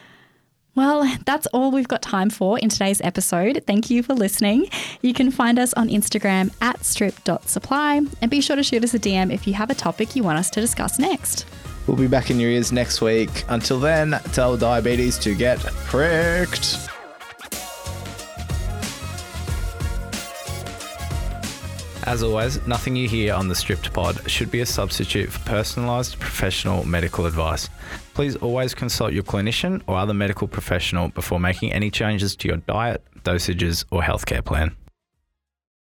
Speaker 3: Well, that's all we've got time for in today's episode. Thank you for listening. You can find us on Instagram at strip.supply and be sure to shoot us a DM if you have a topic you want us to discuss next.
Speaker 2: We'll be back in your ears next week. Until then, tell diabetes to get pricked. As always, nothing you hear on the Stripped Pod should be a substitute for personalised professional medical advice. Please always consult your clinician or other medical professional before making any changes to your diet, dosages, or healthcare plan.